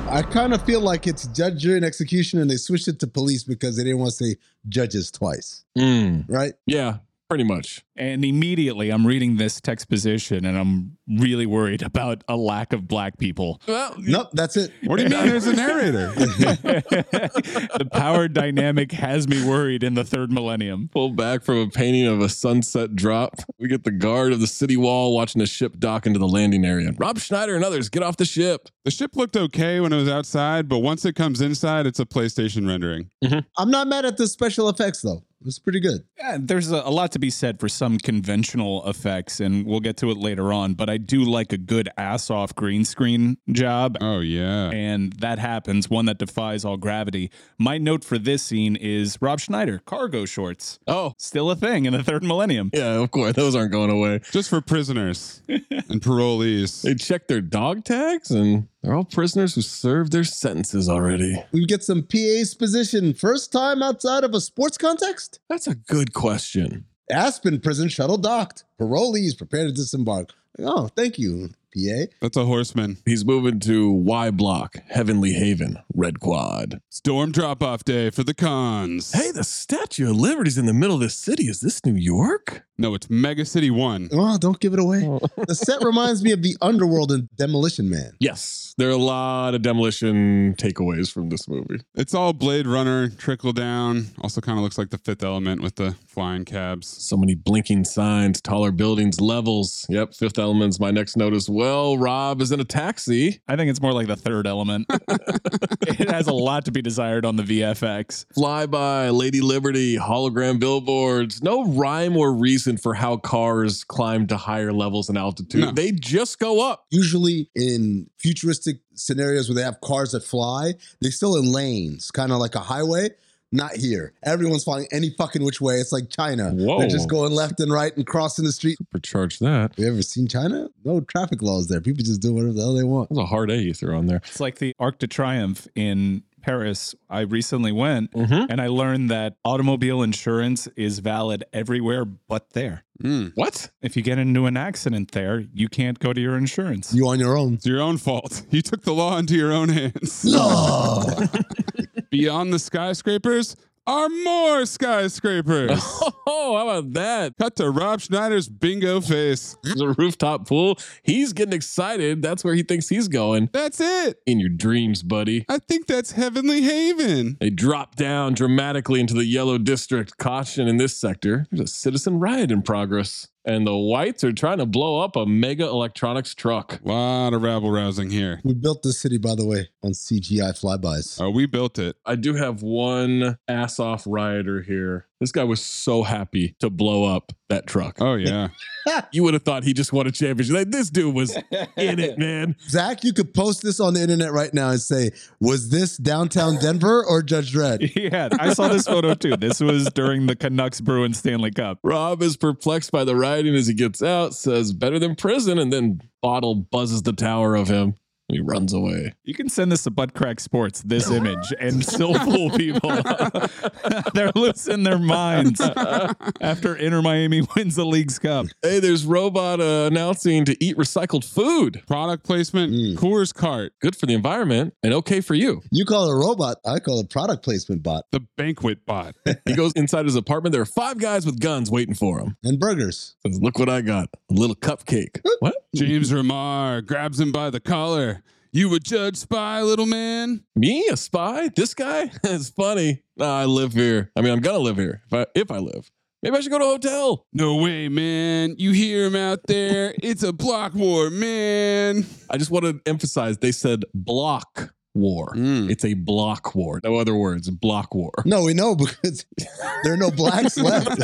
Speaker 5: I kind of feel like it's judge, jury, and execution, and they switched it to police because they didn't want to say judges twice,
Speaker 4: Mm,
Speaker 5: right?
Speaker 4: yeah, pretty much.
Speaker 7: And immediately I'm reading this text position and I'm really worried about a lack of black people.
Speaker 4: Well,
Speaker 5: Nope, that's it.
Speaker 6: What do you mean there's a narrator?
Speaker 7: the power dynamic has me worried in the third millennium.
Speaker 4: Pull back from a painting of a sunset drop. We get the guard of the city wall watching a ship dock into the landing area. Rob Schneider and others get off the ship.
Speaker 6: the ship looked okay when it was outside, but once it comes inside, it's a PlayStation rendering.
Speaker 5: I'm not mad at the special effects though. It's pretty good.
Speaker 7: Yeah, there's a, a lot to be said for some conventional effects, and we'll get to it later on. But I do like a good ass off green screen job,
Speaker 6: Oh, yeah.
Speaker 7: and that happens one that defies all gravity. My note for this scene is Rob Schneider, cargo shorts.
Speaker 4: Oh,
Speaker 7: Still a thing in the third millennium.
Speaker 4: yeah, of course. Those aren't going away.
Speaker 6: Just for prisoners and parolees.
Speaker 4: They check their dog tags and they're all prisoners who served their sentences already.
Speaker 5: We get some PA's position. First time outside of a sports context?
Speaker 4: That's a good question.
Speaker 5: Aspen prison shuttle docked. Parolees prepare to disembark. Oh, thank you. PA.
Speaker 6: That's a horseman.
Speaker 4: He's moving to Y Block, Heavenly Haven, Red Quad.
Speaker 6: Storm drop off day for the cons.
Speaker 4: Hey, the Statue of Liberty's in the middle of this city. Is this New York?
Speaker 6: No, it's Mega City 1.
Speaker 5: Oh, don't give it away. The set reminds me of the underworld in Demolition Man.
Speaker 4: Yes. There are a lot of demolition takeaways from this movie.
Speaker 6: It's all Blade Runner, trickle down. Also kind of looks like the fifth element with the flying cabs.
Speaker 4: So many blinking signs, taller buildings, levels. Yep, Fifth Element's my next note as well. Rob is in a taxi.
Speaker 7: I think it's more like the third element. it has a lot to be desired on the VFX.
Speaker 4: Flyby, Lady Liberty, hologram billboards. No rhyme or reason for how cars climb to higher levels and altitude.
Speaker 6: No.
Speaker 4: They just go up.
Speaker 5: Usually in futuristic scenarios where they have cars that fly, they're still in lanes, kind of like a highway. Not here. Everyone's flying any fucking which way. It's like China.
Speaker 4: Whoa.
Speaker 5: They're just going left and right and crossing the street.
Speaker 4: Supercharge that.
Speaker 5: Have you ever seen China? No traffic laws there. People just do whatever the hell they want.
Speaker 4: That was a hard A you threw on there.
Speaker 7: It's like the Arc de Triomphe in Paris. I recently went
Speaker 4: Mhm.
Speaker 7: and I learned that automobile insurance is valid everywhere but there.
Speaker 6: Mm.
Speaker 4: What?
Speaker 7: If you get into an accident there, you can't go to your insurance.
Speaker 5: You on your own.
Speaker 6: It's your own fault. You took the law into your own hands.
Speaker 5: No.
Speaker 6: Beyond the skyscrapers are more skyscrapers.
Speaker 4: Oh, how about that?
Speaker 6: Cut to Rob Schneider's bingo face.
Speaker 4: There's a rooftop pool. He's getting excited. That's where he thinks he's going.
Speaker 6: That's it.
Speaker 4: In your dreams, buddy.
Speaker 6: I think that's Heavenly Haven.
Speaker 4: They drop down dramatically into the yellow district. Caution in this sector. There's a citizen riot in progress. And the whites are trying to blow up a mega electronics truck.
Speaker 6: lot of rabble rousing here.
Speaker 5: We built this city, by the way, on CGI flybys.
Speaker 6: Oh, we built it.
Speaker 4: I do have one ass off rioter here. This guy was so happy to blow up that truck.
Speaker 6: Oh, yeah.
Speaker 4: You would have thought he just won a championship. Like, this dude was in it, man.
Speaker 5: Zach, you could post this on the internet right now and say, was this downtown Denver or Judge Dredd?
Speaker 7: Yeah, I saw this photo too. This was during the Canucks Bruins Stanley Cup.
Speaker 4: Rob is perplexed by the rioting as he gets out, says, better than prison, and then Bottle buzzes the tower of him. And he runs away.
Speaker 7: You can send this to Butt Crack Sports, this image, and still fool people. They're losing their minds after Inter Miami wins the league's cup.
Speaker 4: Hey, there's Robot uh, announcing to eat recycled food.
Speaker 6: Product placement,
Speaker 4: Mm.
Speaker 6: Coors Cart,
Speaker 4: Good for the environment and okay for you.
Speaker 5: You call it a robot, I call it product placement bot
Speaker 6: the banquet bot.
Speaker 4: He goes inside his apartment. There are five guys with guns waiting for him.
Speaker 5: and burgers.
Speaker 4: Says, look what I got. A little cupcake. what?
Speaker 6: James Ramar grabs him by the collar. You a judge spy, little man?
Speaker 4: Me? A spy? This guy? it's funny. Nah, I live here. I mean, I'm gonna live here if I if I live. Maybe I should go to a hotel.
Speaker 6: No way, man. You hear him out there. It's a block war, man.
Speaker 4: I just want to emphasize they said block war.
Speaker 6: Mm.
Speaker 4: It's a block war. No other words, block war.
Speaker 5: No, we know because there are no blacks left.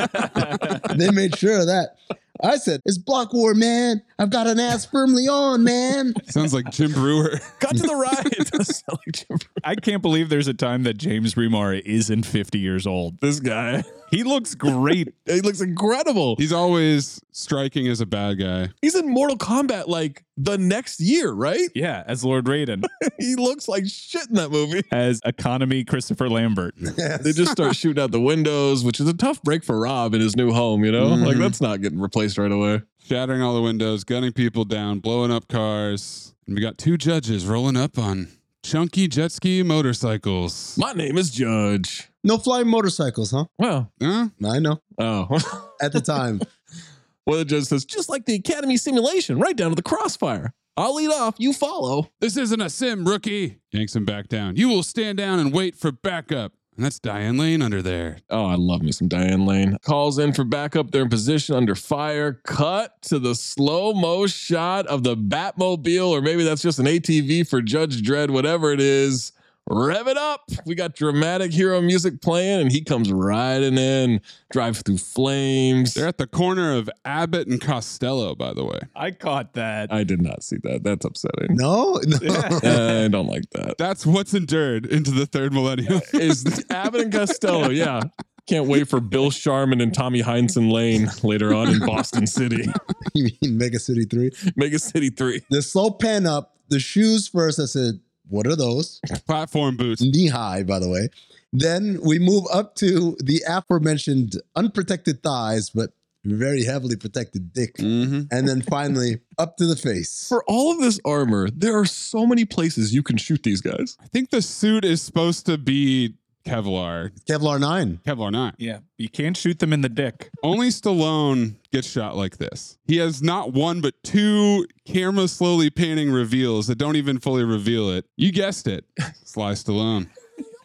Speaker 5: they made sure of that. I said, it's block war, man. I've got an ass firmly on, man.
Speaker 6: Sounds like Jim Brewer.
Speaker 4: Got to the right. Doesn't sound like Jim Brown.
Speaker 7: I can't believe there's a time that James Remar isn't 50 years old.
Speaker 4: this guy.
Speaker 7: He looks great.
Speaker 4: He looks incredible.
Speaker 6: He's always striking as a bad guy.
Speaker 4: He's in Mortal Kombat like the next year, right?
Speaker 7: Yeah, as Lord Raiden,
Speaker 4: He looks like shit in that movie.
Speaker 7: as economy Christopher Lambert.
Speaker 4: They just start shooting out the windows, which is a tough break for Rob in his new home, you know? Like,
Speaker 17: Mm-hmm.
Speaker 4: that's not getting replaced right away.
Speaker 6: Mm-hmm. Shattering all the windows, gunning people down, blowing up cars. And we got two judges rolling up on chunky jet ski motorcycles.
Speaker 4: My name is Judge.
Speaker 5: No flying motorcycles, huh?
Speaker 4: Well,
Speaker 6: Huh?
Speaker 5: I know.
Speaker 4: oh.
Speaker 5: At the time,
Speaker 4: well, the judge says, just like the Academy simulation, right down to the crossfire. I'll lead off, you follow.
Speaker 6: This isn't a sim, rookie. Yanks him back down. You will stand down and wait for backup. And that's Diane Lane under there.
Speaker 4: Oh, I love me some Diane Lane. Calls in for backup. They're in position under fire. Cut to the slow mo shot of the Batmobile, or maybe that's just an ATV for Judge Dredd, whatever it is. Rev it up. We got dramatic hero music playing, and he comes riding in, drives through flames.
Speaker 6: They're at the corner of Abbott and Costello, by the way.
Speaker 7: I caught that.
Speaker 4: I did not see that. That's upsetting.
Speaker 5: no, no.
Speaker 4: I don't like that.
Speaker 6: That's what's endured into the third millennium.
Speaker 4: is Abbott and Costello. Yeah. Can't wait for Bill Sharman and Tommy Heinsohn Lane later on in Boston City.
Speaker 5: you mean Mega City 3?
Speaker 4: Mega City 3.
Speaker 5: The slow pan up, the shoes first. I said, what are those?
Speaker 6: Platform boots.
Speaker 5: knee high, by the way. Then we move up to the aforementioned unprotected thighs, but very heavily protected dick.
Speaker 6: Mm.
Speaker 4: Mm-hmm.
Speaker 5: And then finally, up to the face.
Speaker 4: For all of this armor, there are so many places you can shoot these guys.
Speaker 6: I think the suit is supposed to be Kevlar.
Speaker 5: Kevlar 9.
Speaker 6: Kevlar 9.
Speaker 7: Yeah. You can't shoot them in the dick.
Speaker 6: Only Stallone gets shot like this. He has not one, but two camera slowly panning reveals that don't even fully reveal it. You guessed it. Sly Stallone.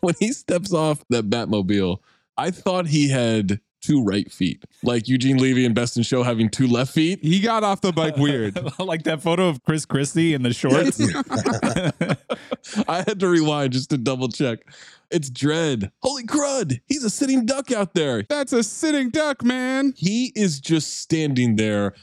Speaker 4: When he steps off that Batmobile, I thought he had two right feet, like Eugene Levy and Best in Show having two left feet.
Speaker 6: He got off the bike weird.
Speaker 7: like that photo of Chris Christie in the shorts.
Speaker 4: I had to rewind just to double check. It's Dread. Holy crud! He's a sitting duck out there.
Speaker 6: That's a sitting duck, man.
Speaker 4: He is just standing there,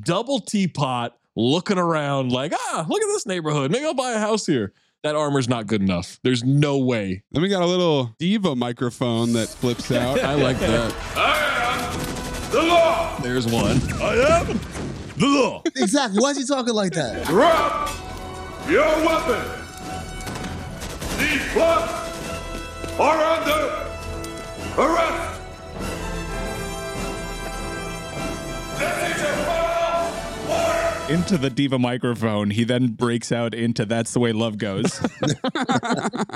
Speaker 4: double teapot, looking around like, ah, look at this neighborhood. Maybe I'll buy a house here. That armor's not good enough. There's no way.
Speaker 6: Then we got a little diva microphone that flips out.
Speaker 4: I like that.
Speaker 16: The law!
Speaker 4: There's one.
Speaker 16: I am the law!
Speaker 5: Exactly. Why is he talking like that?
Speaker 16: Drop your weapon! These plugs are under arrest! This is your final warning!
Speaker 7: into the diva microphone. He then breaks out into "That's the way love goes,"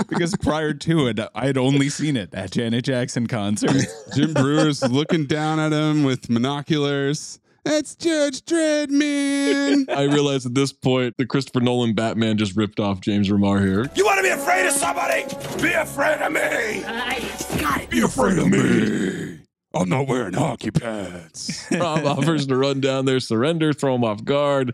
Speaker 7: because prior to it, I had only seen it at Janet Jackson concerts.
Speaker 6: Jim Brewer's looking down at him with monoculars. That's Judge Dreadman.
Speaker 4: I realize at this point that Christopher Nolan Batman just ripped off James Remar here.
Speaker 16: You want to be afraid of somebody? Be afraid of me! Be afraid of me! I'm not wearing hockey pads.
Speaker 4: Rob offers to run down there, surrender, throw him off guard.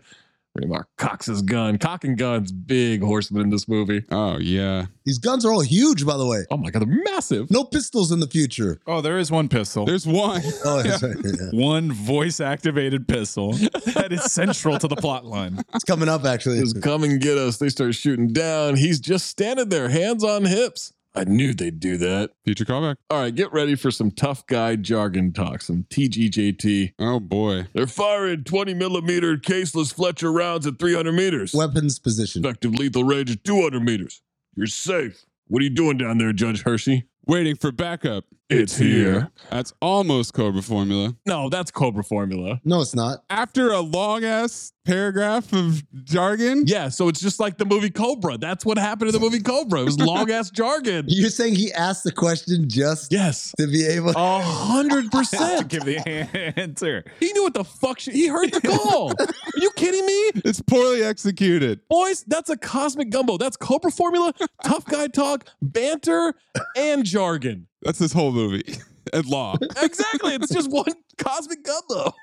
Speaker 4: Remar cocks his gun. Cock and guns, big horseman in this movie.
Speaker 6: Oh, yeah.
Speaker 5: These guns are all huge, by the way.
Speaker 4: Oh my god, they're massive.
Speaker 5: No pistols in the future.
Speaker 7: Oh, there is one pistol.
Speaker 6: There's one.
Speaker 5: Oh, that's right. Yeah.
Speaker 7: one voice-activated pistol that is central to the plot line.
Speaker 5: It's coming up, actually.
Speaker 4: Just come and get us. They start shooting down. He's just standing there, hands on hips. I knew they'd do that.
Speaker 6: Future callback.
Speaker 4: All right, get ready for some tough guy jargon talk, some TGJT.
Speaker 6: Oh, boy.
Speaker 4: They're firing 20 millimeter caseless Fletcher rounds at 300 meters.
Speaker 5: Weapons position.
Speaker 4: Effective lethal range at 200 meters. You're safe. What are you doing down there, Judge Hershey?
Speaker 6: Waiting for backup.
Speaker 4: It's here.
Speaker 6: That's almost Cobra formula.
Speaker 4: No, that's Cobra formula.
Speaker 5: No, it's not.
Speaker 6: After a long ass paragraph of jargon,
Speaker 4: Yeah, so it's just like the movie Cobra. That's what happened in the movie Cobra. It was long ass jargon.
Speaker 5: You're saying he asked the question just
Speaker 4: Yes.
Speaker 5: to be able
Speaker 4: A hundred
Speaker 7: to
Speaker 4: percent.
Speaker 7: give the answer.
Speaker 4: He knew what the fuck she, he heard the call. Are you kidding me?
Speaker 6: it's poorly executed.
Speaker 4: Boys, that's a cosmic gumbo. That's Cobra formula, tough guy talk, banter, and jargon.
Speaker 6: That's this whole movie. At law.
Speaker 4: Exactly. It's just one cosmic gumbo.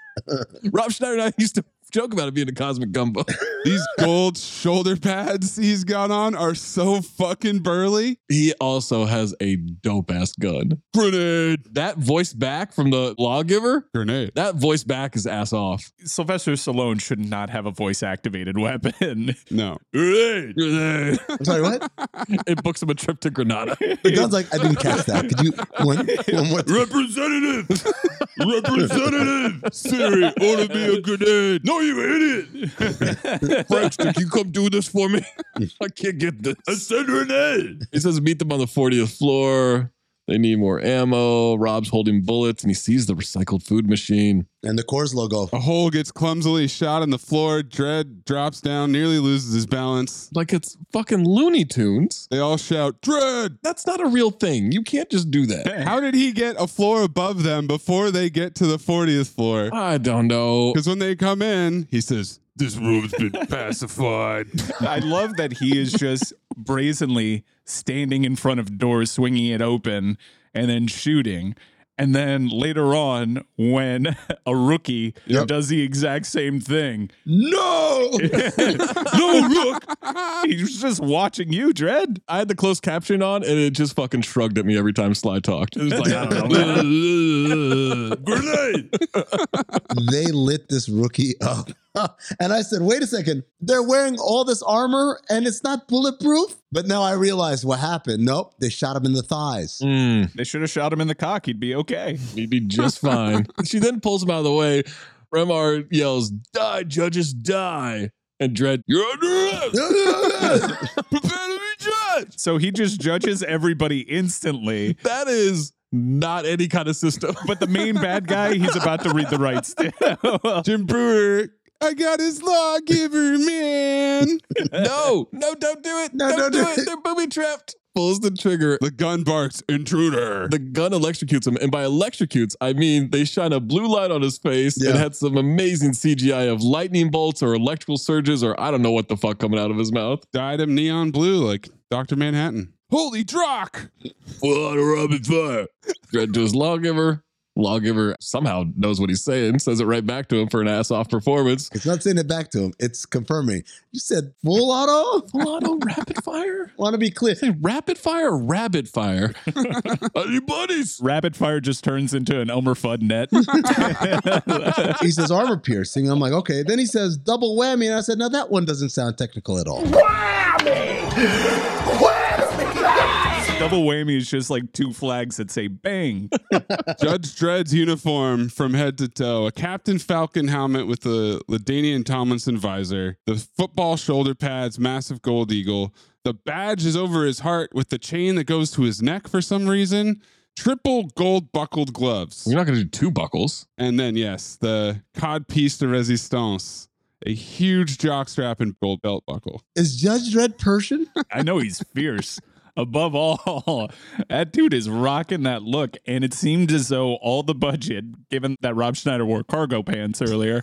Speaker 4: Rob Schneider and I used to joke about it being a cosmic gumbo.
Speaker 6: These gold shoulder pads he's got on are so fucking burly.
Speaker 4: He also has a dope ass gun. Grenade. That voice back from the lawgiver,
Speaker 6: Grenade.
Speaker 4: that voice back is ass off.
Speaker 7: Sylvester Stallone should not have a voice-activated weapon.
Speaker 6: No.
Speaker 4: Grenade.
Speaker 5: I'm sorry, what?
Speaker 4: it books him a trip to Granada.
Speaker 5: The gun's like, I didn't catch that. Could you one, one more time?
Speaker 16: Representative! Representative! Siri, order me a grenade! No, you idiot!
Speaker 4: French, can you come do this for me? I can't get this.
Speaker 16: I said grenade!
Speaker 4: He says meet them on the 40th floor. They need more ammo. Rob's holding bullets and he sees the recycled food machine.
Speaker 5: And the Coors logo.
Speaker 4: Oh,
Speaker 6: A hole gets clumsily shot in the floor. Dread drops down, nearly loses his balance.
Speaker 4: Like it's fucking Looney Tunes.
Speaker 6: They all shout, Dread!
Speaker 4: That's not a real thing. You can't just do that.
Speaker 6: How did he get a floor above them before they get to the 40th floor?
Speaker 4: I don't know.
Speaker 6: Because when they come in, he says,
Speaker 16: This room's been pacified.
Speaker 7: I love that he is just brazenly standing in front of doors, swinging it open, and then shooting. And then later on, when a rookie does the exact same thing,
Speaker 5: No!
Speaker 7: no look, he's just watching you, Dread.
Speaker 4: I had the closed caption on and it just fucking shrugged at me every time Sly talked. It was like, I don't know.
Speaker 16: grenade!
Speaker 5: they lit this rookie up. and I said, wait a second, they're wearing all this armor and it's not bulletproof? But now I realize what happened. Nope, they shot him in the thighs.
Speaker 4: Mm,
Speaker 7: They should have shot him in the cock. He'd be okay.
Speaker 4: he'd be just fine. she then pulls him out of the way. Remar yells, Die, judges, die. And Dredd, You're under arrest. Prepare to be judged.
Speaker 7: So he just judges everybody instantly.
Speaker 4: That is Not any kind of system.
Speaker 7: But the main bad guy, he's about to read the rights.
Speaker 6: Jim Brewer, I got his lawgiver, man.
Speaker 4: no, no, don't do it.
Speaker 6: No,
Speaker 4: don't,
Speaker 6: don't do
Speaker 4: do it.
Speaker 6: it.
Speaker 4: They're booby trapped. Pulls the trigger.
Speaker 6: The gun barks, intruder.
Speaker 4: The gun electrocutes him. And by electrocutes, I mean they shine a blue light on his face and
Speaker 5: Yeah.
Speaker 4: had some amazing CGI of lightning bolts or electrical surges or I don't know what the fuck coming out of his mouth.
Speaker 6: Dyed him neon blue like Dr. Manhattan. Holy drock!
Speaker 4: Full on a rapid fire. Threat to his lawgiver. Lawgiver somehow knows what he's saying, says it right back to him for an ass off performance.
Speaker 5: It's not saying it back to him. It's confirming. You said full auto?
Speaker 4: Full auto rapid fire?
Speaker 5: Want to be clear.
Speaker 4: Rapid fire or rabbit fire? Are you buddies?
Speaker 7: Rapid fire just turns into an Elmer Fudd net.
Speaker 5: He says armor piercing. I'm like, okay. Then he says double whammy. And I said, no, that one doesn't sound technical at all.
Speaker 7: Double whammy is just like two flags that say bang.
Speaker 6: Judge Dredd's uniform from head to toe, a Captain Falcon helmet with the Ladanian Tomlinson visor, the football shoulder pads, massive gold eagle. The badge is over his heart with the chain that goes to his neck for some reason. Triple gold buckled gloves.
Speaker 4: You're not going to do two buckles.
Speaker 6: And then, yes, the codpiece de resistance, a huge jockstrap and gold belt buckle.
Speaker 5: Is Judge Dredd Persian?
Speaker 7: I know he's fierce. Above all, that dude is rocking that look, and it seemed as though all the budget, given that Rob Schneider wore cargo pants earlier,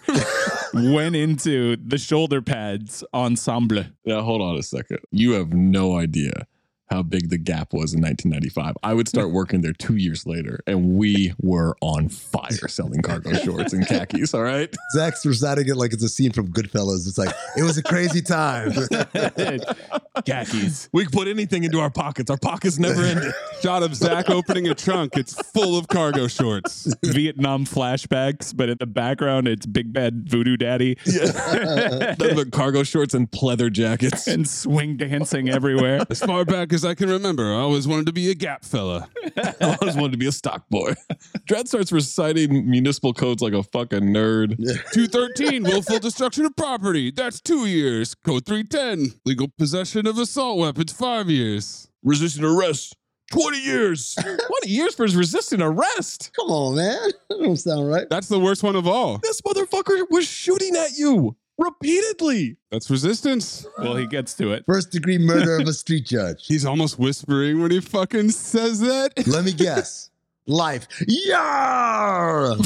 Speaker 7: went into the shoulder pads ensemble.
Speaker 4: Now, hold on a second. You have no idea how big the gap was in 1995. I would start working there two years later, and we were on fire selling cargo shorts and khakis. All right.
Speaker 5: Zach's reciting it like it's a scene from Goodfellas. It's like, it was a crazy time.
Speaker 7: Khakis.
Speaker 4: We could put anything into our pockets. Our pockets never ended.
Speaker 6: Shot of Zach opening a trunk. It's full of cargo shorts.
Speaker 7: Vietnam flashbacks, but in the background, it's Big Bad Voodoo Daddy
Speaker 4: Nothing but cargo shorts and pleather jackets.
Speaker 7: and swing dancing everywhere.
Speaker 6: As far back as I can remember, I always wanted to be a gap fella.
Speaker 4: I always wanted to be a stock boy. Dread starts reciting municipal codes like a fucking nerd.
Speaker 6: 213, willful destruction of property. That's two years. Code 310, legal possession of assault weapons, five years.
Speaker 4: Resisting arrest, 20 years. 20 years for his resisting arrest.
Speaker 5: Come on, man. That don't sound right.
Speaker 6: That's the worst one of all.
Speaker 4: This motherfucker was shooting at you repeatedly.
Speaker 6: That's resistance.
Speaker 7: Well, he gets to it.
Speaker 5: First degree murder of a street judge.
Speaker 6: He's almost whispering when he fucking says that.
Speaker 5: Let me guess. Life. Yar!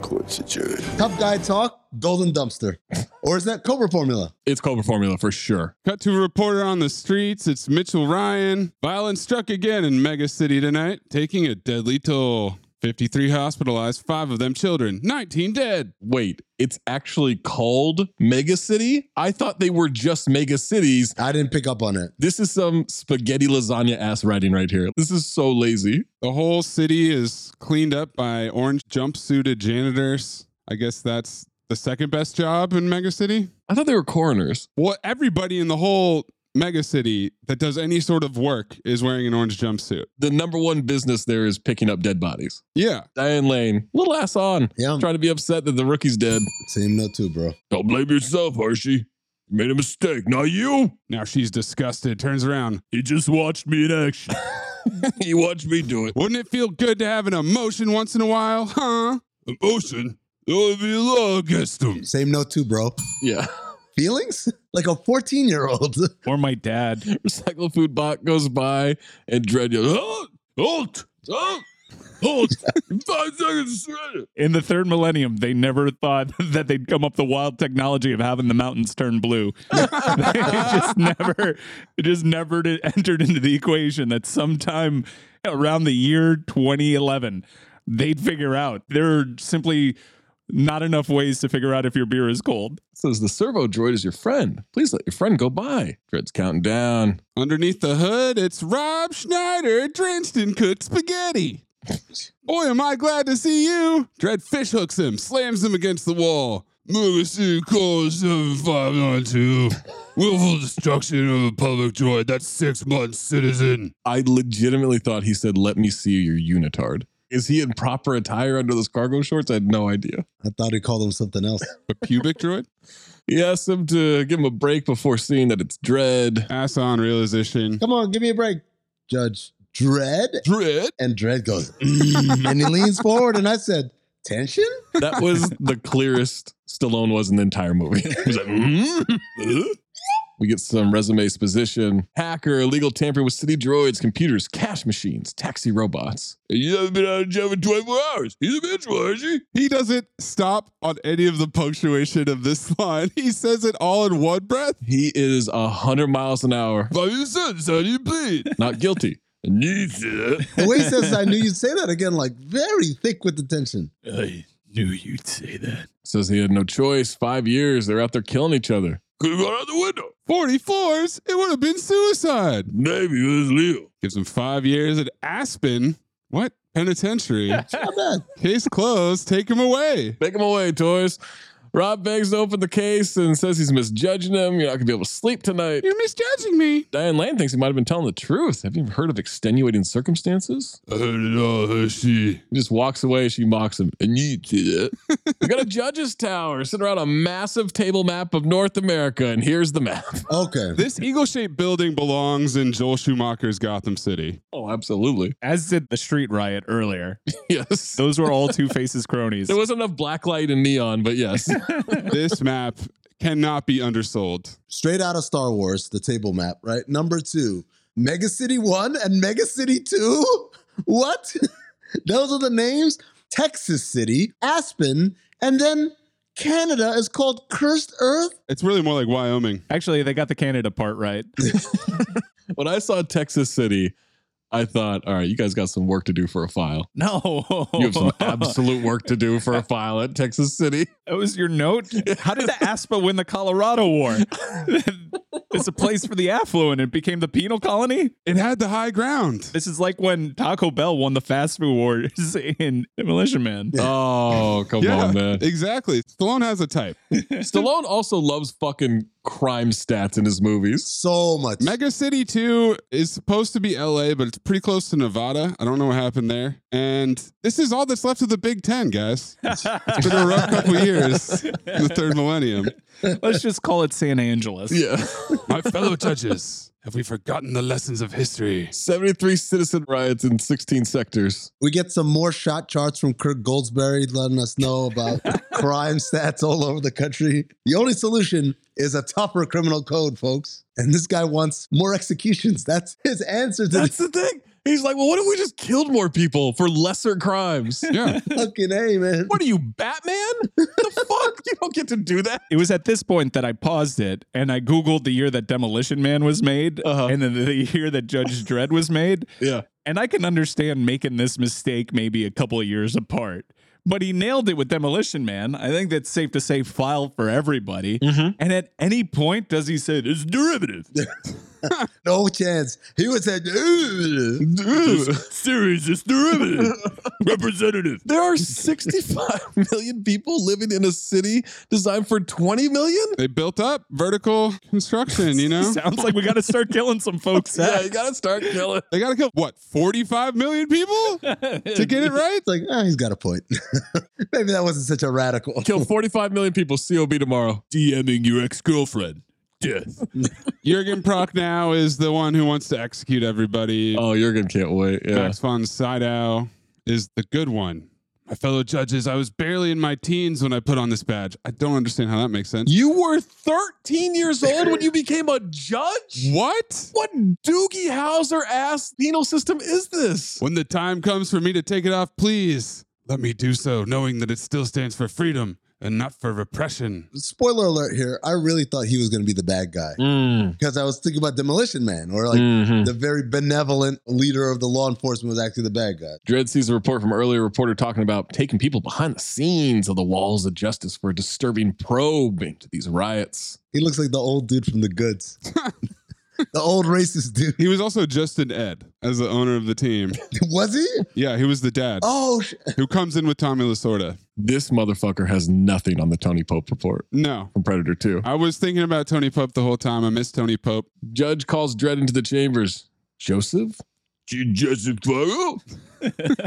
Speaker 16: Court's adjourned.
Speaker 5: Tough guy talk, golden dumpster. Or is that Cobra formula?
Speaker 4: It's Cobra formula for sure.
Speaker 6: Cut to a reporter on the streets. It's Mitchell Ryan. Violence struck again in Mega City tonight, taking a deadly toll. 53 hospitalized, five of them children, 19 dead.
Speaker 4: Wait, it's actually called Mega City? I thought they were just Mega Cities.
Speaker 5: I didn't pick up on it.
Speaker 4: This is some spaghetti lasagna ass writing right here. This is so lazy.
Speaker 6: The whole city is cleaned up by orange jumpsuited janitors. I guess that's the second best job in Mega City.
Speaker 4: I thought they were coroners.
Speaker 6: Well, everybody in the whole Mega City that does any sort of work is wearing an orange jumpsuit.
Speaker 4: The number one business there is picking up dead bodies.
Speaker 6: Yeah.
Speaker 4: Diane Lane, little ass on,
Speaker 5: Yeah.
Speaker 4: trying to be upset that the rookie's dead.
Speaker 5: Same note too, bro.
Speaker 4: Don't blame yourself, Hershey. You made a mistake, not you.
Speaker 6: Now she's disgusted, turns around.
Speaker 4: You just watched me in action. you watched me do it.
Speaker 6: Wouldn't it feel good to have an emotion once in a while, huh? Emotion? That would be law against them.
Speaker 5: Same note too, bro.
Speaker 4: Yeah.
Speaker 5: Feelings? Like a 14 year old.
Speaker 7: Or my dad.
Speaker 4: Recycle food bot goes by and Dread yells, halt, halt, halt, halt. Five seconds to surrender."
Speaker 7: In the third millennium, they never thought that they'd come up the wild technology of having the mountains turn blue. they just never, it just never did- entered into the equation that sometime around the year 2011, they'd figure out there are simply not enough ways to figure out if your beer is cold.
Speaker 4: Says the servo droid is your friend. Please let your friend go by. Dread's counting down.
Speaker 6: Underneath the hood, it's Rob Schneider drenched in cooked spaghetti. Boy, am I glad to see you. Dread fish hooks him, slams him against the wall. Mega City Code 7592. Willful destruction of a public droid. That's six months, citizen.
Speaker 4: I legitimately thought he said, let me see your unitard. Is he in proper attire under those cargo shorts? I had no idea.
Speaker 5: I thought he called him something else.
Speaker 4: A pubic droid? He asked him to give him a break before seeing that it's Dread.
Speaker 6: Ass on realization.
Speaker 5: Come on, give me a break, Judge Dread.
Speaker 4: Dread.
Speaker 5: And Dread goes, "Mm," and he leans forward, and I said, "Tension."
Speaker 4: That was the clearest Stallone was in the entire movie. He was like, "Mm, uh." we get some resumes position hacker, illegal tampering with city droids, computers, cash machines, taxi robots. You haven't been out of jail in 24 hours. He's a bitch, was he?
Speaker 6: He doesn't stop on any of the punctuation of this line. He says it all in one breath.
Speaker 4: He is a hundred miles an hour. But you said, so you plead. Not guilty. Needs it.
Speaker 5: The way he says, "I knew you'd say that again," like very thick with the tension.
Speaker 7: I knew you'd say that.
Speaker 4: Says he had no choice. Five years. They're out there killing each other.
Speaker 19: Could have gone out the window.
Speaker 6: 44s, it would have been suicide.
Speaker 19: Maybe it was Leo.
Speaker 6: Gives him five years at Aspen. What? Penitentiary.
Speaker 5: Not bad.
Speaker 6: Case closed. Take him away.
Speaker 4: Take him away, toys. Rob begs to open the case and says he's misjudging him. You're not gonna be able to sleep tonight.
Speaker 6: You're misjudging me.
Speaker 4: Diane Lane thinks he might have been telling the truth. Have you heard of extenuating circumstances?
Speaker 19: I heard it all, Hershey.
Speaker 4: He just walks away. She mocks him. And you did it. we got a judge's tower sitting around a massive table map of North America. And here's the map.
Speaker 5: Okay.
Speaker 6: This eagle shaped building belongs in Joel Schumacher's Gotham City.
Speaker 4: Oh, absolutely.
Speaker 7: As did the street riot earlier.
Speaker 4: Yes.
Speaker 7: Those were all Two Faces cronies.
Speaker 4: There wasn't enough black light and neon, but yes.
Speaker 6: this map cannot be undersold.
Speaker 5: Straight out of Star Wars, the table map, right? Number two, Mega City One and Mega City Two. What? Those are the names. Texas City, Aspen, and then Canada is called Cursed Earth.
Speaker 6: It's really more like Wyoming.
Speaker 7: Actually, they got the Canada part right.
Speaker 4: when I saw Texas City, I thought, all right, you guys got some work to do for a file.
Speaker 7: No.
Speaker 4: You have some absolute work to do for a file at Texas City.
Speaker 7: That was your note. How did the ASPA win the Colorado War? it's a place for the affluent. It became the penal colony.
Speaker 6: It had the high ground.
Speaker 7: This is like when Taco Bell won the fast food wars in Demolition Man.
Speaker 4: Oh, come on, man.
Speaker 6: exactly. Stallone has a type.
Speaker 4: Stallone also loves fucking crime stats in his movies.
Speaker 5: So much.
Speaker 6: Mega City 2 is supposed to be LA, but it's pretty close to Nevada. I don't know what happened there. And this is all that's left of the Big Ten, guys. It's been a rough couple of years in the third millennium.
Speaker 7: Let's just call it San Angeles.
Speaker 4: Yeah.
Speaker 6: My fellow judges, have we forgotten the lessons of history?
Speaker 4: 73 citizen riots in 16 sectors.
Speaker 5: We get some more shot charts from Kirk Goldsberry letting us know about crime stats all over the country. The only solution is a tougher criminal code, folks. And this guy wants more executions. That's his answer to
Speaker 4: That's the thing. He's like, well, what if we just killed more people for lesser crimes?
Speaker 6: Yeah.
Speaker 5: the fucking A, man.
Speaker 4: What are you, Batman? the fuck? You don't get to do that.
Speaker 7: It was at this point that I paused it and I Googled the year that Demolition Man was made
Speaker 4: Uh-huh.
Speaker 7: and then the year that Judge Dredd was made.
Speaker 4: Yeah.
Speaker 7: And I can understand making this mistake maybe a couple of years apart. But he nailed it with Demolition Man. I think that's safe to say file for everybody.
Speaker 4: Mm-hmm.
Speaker 7: And at any point, does he say, it's derivative?
Speaker 5: No chance. He would say,
Speaker 7: series is derivative. Representative.
Speaker 4: There are 65 million people living in a city designed for 20 million?
Speaker 6: They built up vertical construction, you know?
Speaker 7: Sounds like we got to start killing some folks.
Speaker 4: Yeah, you gotta start killing.
Speaker 6: They got to kill, what, 45 million people to get it right?
Speaker 5: It's like, ah, he's got a point. Maybe that wasn't such a radical.
Speaker 4: Kill 45 million people, COB tomorrow.
Speaker 7: DMing your ex girlfriend. Death.
Speaker 6: Jurgen Prock now is the one who wants to execute everybody.
Speaker 4: Oh, Jurgen can't wait. Yeah.
Speaker 6: Max von Sydow is the good one. My fellow judges, I was barely in my teens when I put on this badge. I don't understand how that makes sense.
Speaker 4: You were 13 years old when you became a judge?
Speaker 6: What?
Speaker 4: What Doogie Howser ass penal system is this?
Speaker 6: When the time comes for me to take it off, please let me do so, knowing that it still stands for freedom and not for repression.
Speaker 5: Spoiler alert here. I really thought he was going to be the bad guy
Speaker 4: Mm,
Speaker 5: because I was thinking about Demolition Man or
Speaker 7: Mm.
Speaker 5: like
Speaker 4: Mhm.
Speaker 5: the very benevolent leader of the law enforcement was actually the bad guy.
Speaker 4: Dredd sees a report from earlier reporter talking about taking people behind the scenes of the walls of justice for a disturbing probe into these riots.
Speaker 5: He looks like the old dude from the goods. the old racist dude.
Speaker 6: He was also Justin Ed as the owner of the team.
Speaker 5: Was he?
Speaker 6: Yeah, he was the dad
Speaker 5: Oh, sh-
Speaker 6: who comes in with Tommy Lasorda.
Speaker 4: This motherfucker has nothing on the Tony Pope report
Speaker 6: No.
Speaker 4: from Predator 2.
Speaker 6: I was thinking about Tony Pope the whole time. I miss Tony Pope.
Speaker 4: Judge calls Dredd into the chambers. Joseph, Joseph Farrell?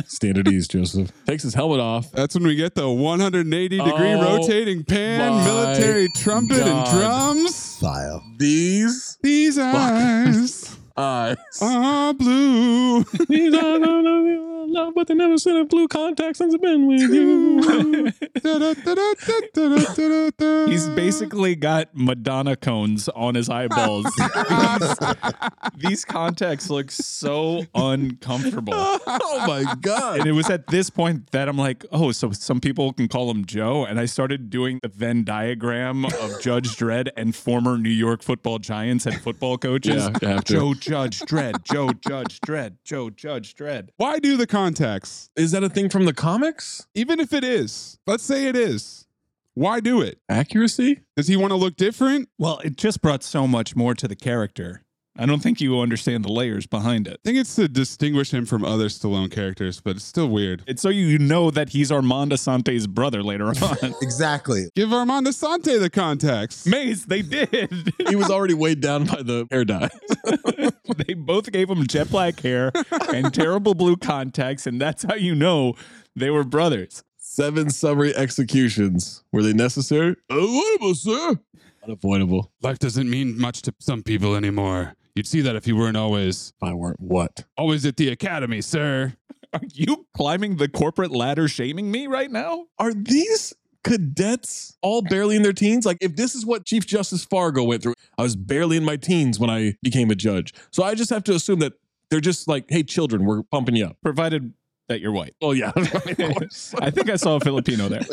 Speaker 4: Stand at ease, Joseph. Takes his helmet off.
Speaker 6: That's when we get the 180 degree
Speaker 4: Oh,
Speaker 6: rotating pan,
Speaker 4: my
Speaker 6: military trumpet,
Speaker 4: God.
Speaker 6: and drums.
Speaker 5: File.
Speaker 4: These
Speaker 6: These eyes
Speaker 4: eyes.
Speaker 6: are blue.
Speaker 4: These eyes are love, but they never said if blue contacts has been with you.
Speaker 6: Da-da-da-da-da-da-da-da-da.
Speaker 7: He's basically got Madonna cones on his eyeballs. these, these contacts look so uncomfortable.
Speaker 4: oh my god.
Speaker 7: And it was at this point that I'm like, oh, so some people can call him Joe. And I started doing the Venn diagram of Judge Dredd and former New York football giants and football coaches.
Speaker 4: Yeah, you have to.
Speaker 7: Joe Judge Dredd, Joe Judge Dredd, Joe Judge Dredd.
Speaker 6: Why do the contacts?
Speaker 4: Is that a thing from the comics?
Speaker 6: Even if it is, let's say it is. Why do it?
Speaker 4: Accuracy?
Speaker 6: Does he want to look different?
Speaker 7: Well, it just brought so much more to the character. I don't think you understand the layers behind it.
Speaker 6: I think it's to distinguish him from other Stallone characters, but it's still weird.
Speaker 7: It's so you know that he's Armando Sante's brother later on.
Speaker 5: Exactly.
Speaker 6: Give Armando Sante the contacts.
Speaker 7: Maze, they did.
Speaker 4: He was already weighed down by the hair dye.
Speaker 7: they both gave him jet black hair and terrible blue contacts, and that's how you know they were brothers.
Speaker 4: Seven summary executions. Were they necessary? Unavoidable, sir. Unavoidable.
Speaker 6: Life doesn't mean much to some people anymore. You'd see that if you weren't always,
Speaker 4: If I weren't what?
Speaker 6: always at the academy, sir.
Speaker 7: Are you climbing the corporate ladder shaming me right now?
Speaker 4: Are these cadets all barely in their teens? Like, if this is what Chief Justice Fargo went through, I was barely in my teens when I became a judge. So I just have to assume that they're just like, hey, children, we're pumping you up.
Speaker 7: Provided that you're white.
Speaker 4: Oh, yeah.
Speaker 7: I think I saw a Filipino there.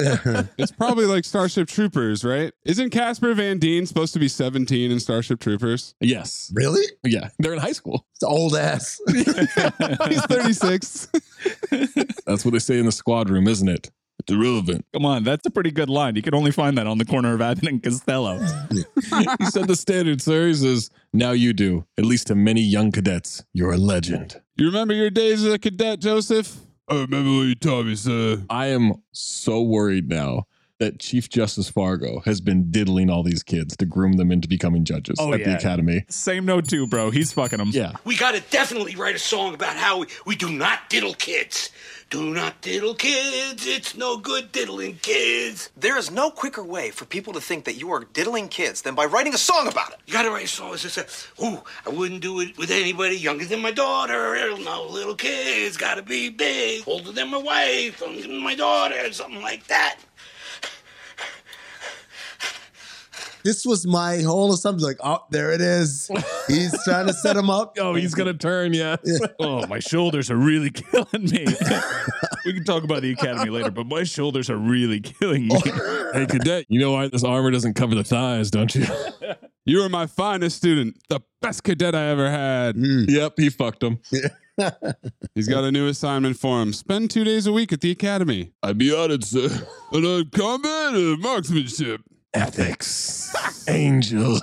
Speaker 6: It's probably like Starship Troopers, right? Isn't Casper Van Dien supposed to be 17 in Starship Troopers?
Speaker 4: yes.
Speaker 5: Really?
Speaker 4: Yeah. They're in high school.
Speaker 5: It's old ass.
Speaker 6: He's 36.
Speaker 4: That's what they say in the squad room, isn't it? It's irrelevant.
Speaker 7: Come on, that's a pretty good line. You can only find that on the corner of Abbott and Costello.
Speaker 4: he set the standard, sir. He says, now you do. At least to many young cadets, you're a legend.
Speaker 6: You remember your days as a cadet, Joseph? I remember what you taught me, sir.
Speaker 4: I am so worried now that Chief Justice Fargo has been diddling all these kids to groom them into becoming judges
Speaker 7: Oh,
Speaker 4: at the
Speaker 7: yeah.
Speaker 4: academy.
Speaker 7: Same note too, bro. He's fucking them.
Speaker 4: Yeah.
Speaker 18: We gotta definitely write a song about how we, we do not diddle kids. Do not diddle kids. It's no good diddling kids.
Speaker 11: There is no quicker way for people to think that you are diddling kids than by writing a song about it.
Speaker 18: You gotta write a song that says, Ooh, I wouldn't do it with anybody younger than my daughter. No, little kids gotta be big, older than my wife, younger than my daughter, something like that.
Speaker 5: this was my whole assumption. Like, oh, there it is. He's trying to set him up.
Speaker 4: Oh, he's gonna turn, yeah.
Speaker 7: Oh, my shoulders are really killing me. we can talk about the academy later, but my shoulders are really killing me.
Speaker 4: hey, cadet, you know why this armor doesn't cover the thighs, don't you?
Speaker 6: You were my finest student, the best cadet I ever had.
Speaker 7: Hmm.
Speaker 4: yep, he fucked him.
Speaker 6: He's got a new assignment for him. Spend two days a week at the academy.
Speaker 4: I'd be honored, sir.
Speaker 6: And on combat and marksmanship.
Speaker 4: Ethics. Angels.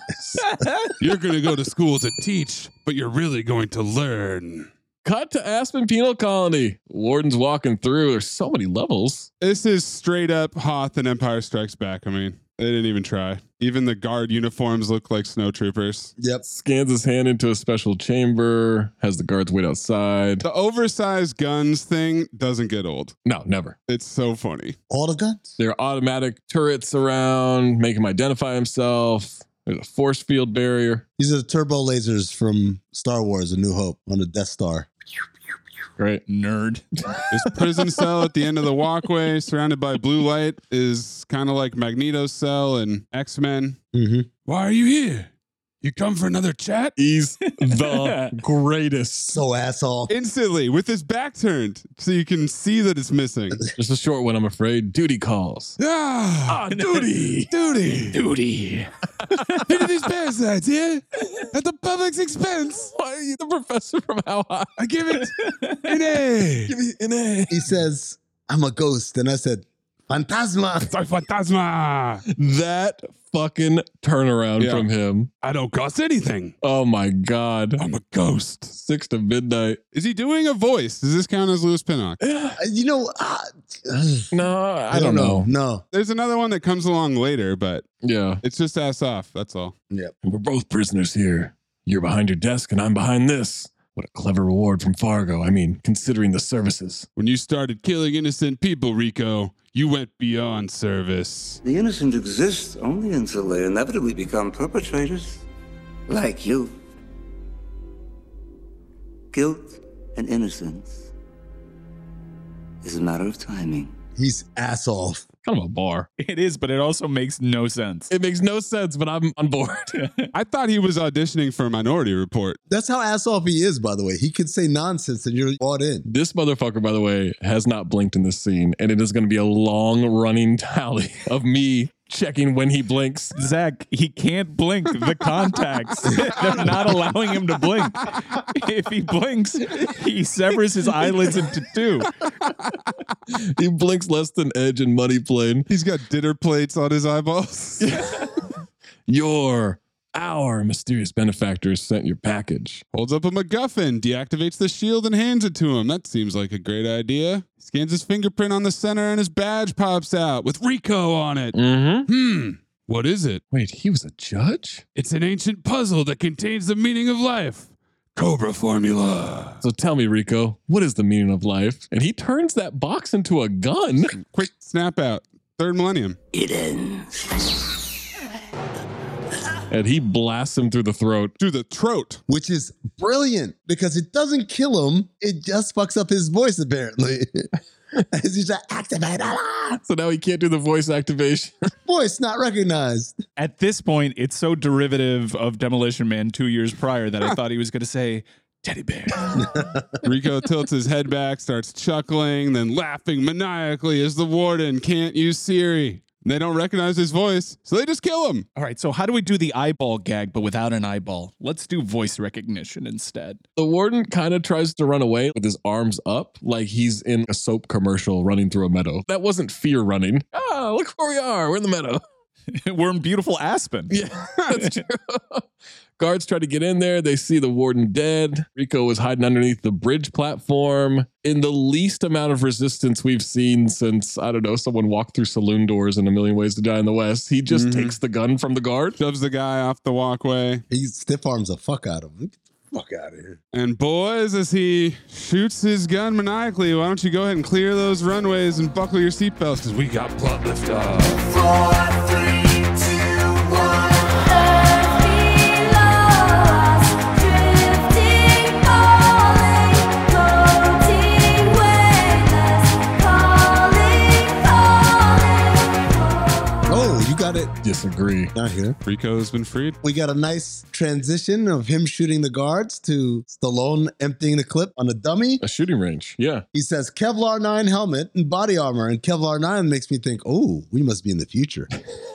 Speaker 6: You're going to go to school to teach, but you're really going to learn.
Speaker 4: Cut to Aspen Penal Colony. Warden's walking through. There's so many levels.
Speaker 6: This is straight up Hoth and Empire Strikes Back. I mean, they didn't even try. Even the guard uniforms look like snow troopers.
Speaker 5: Yep.
Speaker 4: Scans his hand into a special chamber, has the guards wait outside.
Speaker 6: The oversized guns thing doesn't get old.
Speaker 4: No, never.
Speaker 6: It's so funny.
Speaker 5: All the guns.
Speaker 4: There are automatic turrets around, make him identify himself. There's a force field barrier.
Speaker 5: These are the turbo lasers from Star Wars: A New Hope on the Death Star.
Speaker 4: Right.
Speaker 7: Nerd.
Speaker 6: This prison cell at the end of the walkway, surrounded by blue light, is kind of like Magneto's cell and X Men.
Speaker 5: Mm-hmm.
Speaker 6: Why are you here? You come for another chat?
Speaker 4: He's the greatest.
Speaker 5: So asshole.
Speaker 6: Instantly, with his back turned, so you can see that it's missing.
Speaker 4: Just a short one, I'm afraid. Duty calls.
Speaker 6: Ah,
Speaker 7: Oh,
Speaker 4: duty.
Speaker 6: duty.
Speaker 7: Duty.
Speaker 6: Into these parasites, yeah? At the public's expense.
Speaker 4: Why are you the professor from How High?
Speaker 6: I give it an A.
Speaker 4: Give me an A.
Speaker 5: He says, "I'm a ghost," and I said, "Fantasma."
Speaker 6: Soy fantasma.
Speaker 4: That fucking turnaround
Speaker 6: Yeah.
Speaker 4: from him.
Speaker 6: I don't cost anything.
Speaker 4: Oh my God.
Speaker 6: I'm a ghost.
Speaker 4: Six to midnight.
Speaker 6: Is he doing a voice? Does this count as Lewis Pinnock?
Speaker 5: Uh, You know, uh, I
Speaker 4: No, I, don't, know.
Speaker 5: No.
Speaker 6: There's another one that comes along later, but
Speaker 4: Yeah.
Speaker 6: it's just ass off. That's all.
Speaker 4: We're both prisoners here. You're behind your desk and I'm behind this. What a clever reward from Fargo. I mean, considering the services.
Speaker 6: When you started killing innocent people, Rico, you went beyond service.
Speaker 20: The innocent exist only until they inevitably become perpetrators, like you. Guilt and innocence is a matter of timing.
Speaker 5: He's ass off.
Speaker 7: Kind of a bar. It is, but it also makes no sense.
Speaker 4: It makes no sense, but I'm on board.
Speaker 6: I thought he was auditioning for Minority Report.
Speaker 5: That's how ass off he is, by the way. He could say nonsense and you're bought in.
Speaker 4: This motherfucker, by the way, has not blinked in this scene, and it is going to be a long running tally of me checking when he blinks.
Speaker 7: Zach, he can't blink the contacts. They're not allowing him to blink. If he blinks, he severs his eyelids into two.
Speaker 4: He blinks less than Edge and Money Plane.
Speaker 6: He's got dinner plates on his eyeballs.
Speaker 4: Your, our mysterious benefactor sent your package.
Speaker 6: Holds up a MacGuffin, deactivates the shield, and hands it to him. That seems like a great idea. Scans his fingerprint on the center, and his badge pops out with Rico on it.
Speaker 4: Mm-hmm.
Speaker 6: Hmm. What is it?
Speaker 4: Wait, he was a judge?
Speaker 6: It's an ancient puzzle that contains the meaning of life. Cobra formula.
Speaker 4: So tell me, Rico, what is the meaning of life? And he turns that box into a gun.
Speaker 6: Quick snap out. Third millennium.
Speaker 20: It ends.
Speaker 4: And he blasts him through the throat.
Speaker 6: Through the throat.
Speaker 5: Which is brilliant because it doesn't kill him. It just fucks up his voice, apparently. As he's like, activate alarm.
Speaker 4: So now he can't do the voice activation.
Speaker 5: Voice not recognized.
Speaker 7: At this point, it's so derivative of Demolition Man two years prior that I thought he was going to say, Teddy bear.
Speaker 6: Rico tilts his head back, starts chuckling, then laughing maniacally as the warden can't use Siri. They don't recognize his voice, so they just kill him.
Speaker 7: All right, so how do we do the eyeball gag but without an eyeball? Let's do voice recognition instead.
Speaker 4: The warden kind of tries to run away with his arms up, like he's in a soap commercial running through a meadow. That wasn't fear running. Ah, look where we are. We're in the meadow.
Speaker 7: We're in beautiful Aspen.
Speaker 4: Yeah, that's true. Guards try to get in there. They see the warden dead. Rico is hiding underneath the bridge platform in the least amount of resistance we've seen since, I don't know, someone walked through saloon doors in A Million Ways to Die in the West. He just
Speaker 6: Mhm.
Speaker 4: takes the gun from the guard.
Speaker 6: Shoves the guy off the walkway.
Speaker 5: He stiff arms the fuck out of him. Get the fuck out of here.
Speaker 6: And boys, as he shoots his gun maniacally, why don't you go ahead and clear those runways and buckle your seatbelts because we got plot lift off.
Speaker 5: Oh, you got it.
Speaker 4: Disagree.
Speaker 5: Not here.
Speaker 6: Rico's been freed.
Speaker 5: We got a nice transition of him shooting the guards to Stallone emptying the clip on a dummy.
Speaker 4: A shooting range. Yeah.
Speaker 5: He says Kevlar 9 helmet and body armor. And Kevlar 9 makes me think, oh, we must be in the future.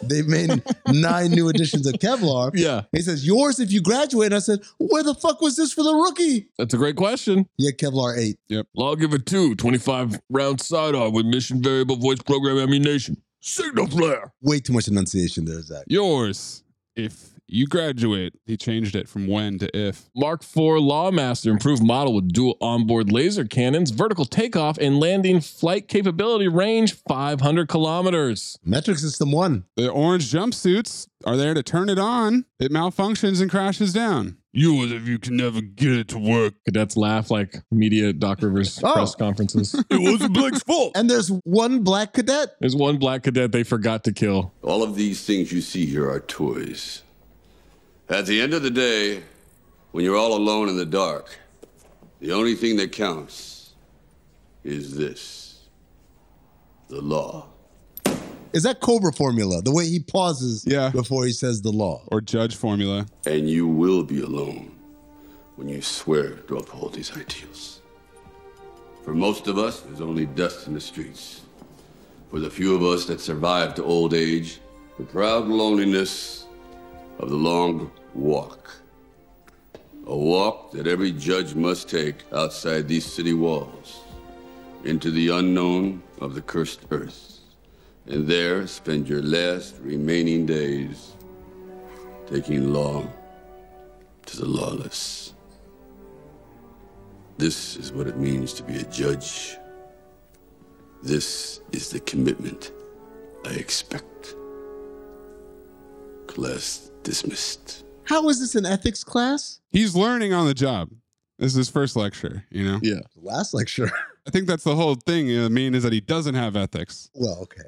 Speaker 5: They've made nine new editions of Kevlar.
Speaker 4: Yeah.
Speaker 5: He says, yours if you graduate. And I said, where the fuck was this for the rookie?
Speaker 4: That's a great question.
Speaker 5: Yeah, Kevlar 8.
Speaker 4: Well, I'll give it two 25 round sidearm with mission variable voice program ammunition. Signal flare.
Speaker 5: Way too much enunciation there, Zach.
Speaker 6: Yours, if you graduate. He changed it from when to if.
Speaker 4: Mark IV Lawmaster improved model with dual onboard laser cannons, vertical takeoff and landing flight capability range 500 kilometers.
Speaker 5: Metric system 1.
Speaker 6: The orange jumpsuits are there to turn it on. It malfunctions and crashes down. You as if you can never get it to work.
Speaker 4: Cadets laugh like media at Doc Rivers
Speaker 5: Oh.
Speaker 4: press conferences.
Speaker 16: It wasn't Blake's fault.
Speaker 5: And there's one black cadet.
Speaker 4: There's one black cadet they forgot to kill.
Speaker 21: All of these things you see here are toys. At the end of the day, when you're all alone in the dark, the only thing that counts is this the law.
Speaker 5: Is that Cobra formula? The way he pauses
Speaker 6: Yeah.
Speaker 5: before he says the law.
Speaker 6: Or judge formula.
Speaker 21: And you will be alone when you swear to uphold these ideals. For most of us, there's only dust in the streets. For the few of us that survive to old age, the proud loneliness of the long walk. A walk that every judge must take outside these city walls, into the unknown of the cursed earth, and there spend your last remaining days taking law to the lawless. This is what it means to be a judge. This is the commitment I expect. Class dismissed.
Speaker 5: How is this an ethics class?
Speaker 6: He's learning on the job. This is his first lecture, you know?
Speaker 4: Yeah.
Speaker 5: Last lecture.
Speaker 6: I think that's the whole thing. uh, I mean, is that he doesn't have ethics.
Speaker 5: Well, okay.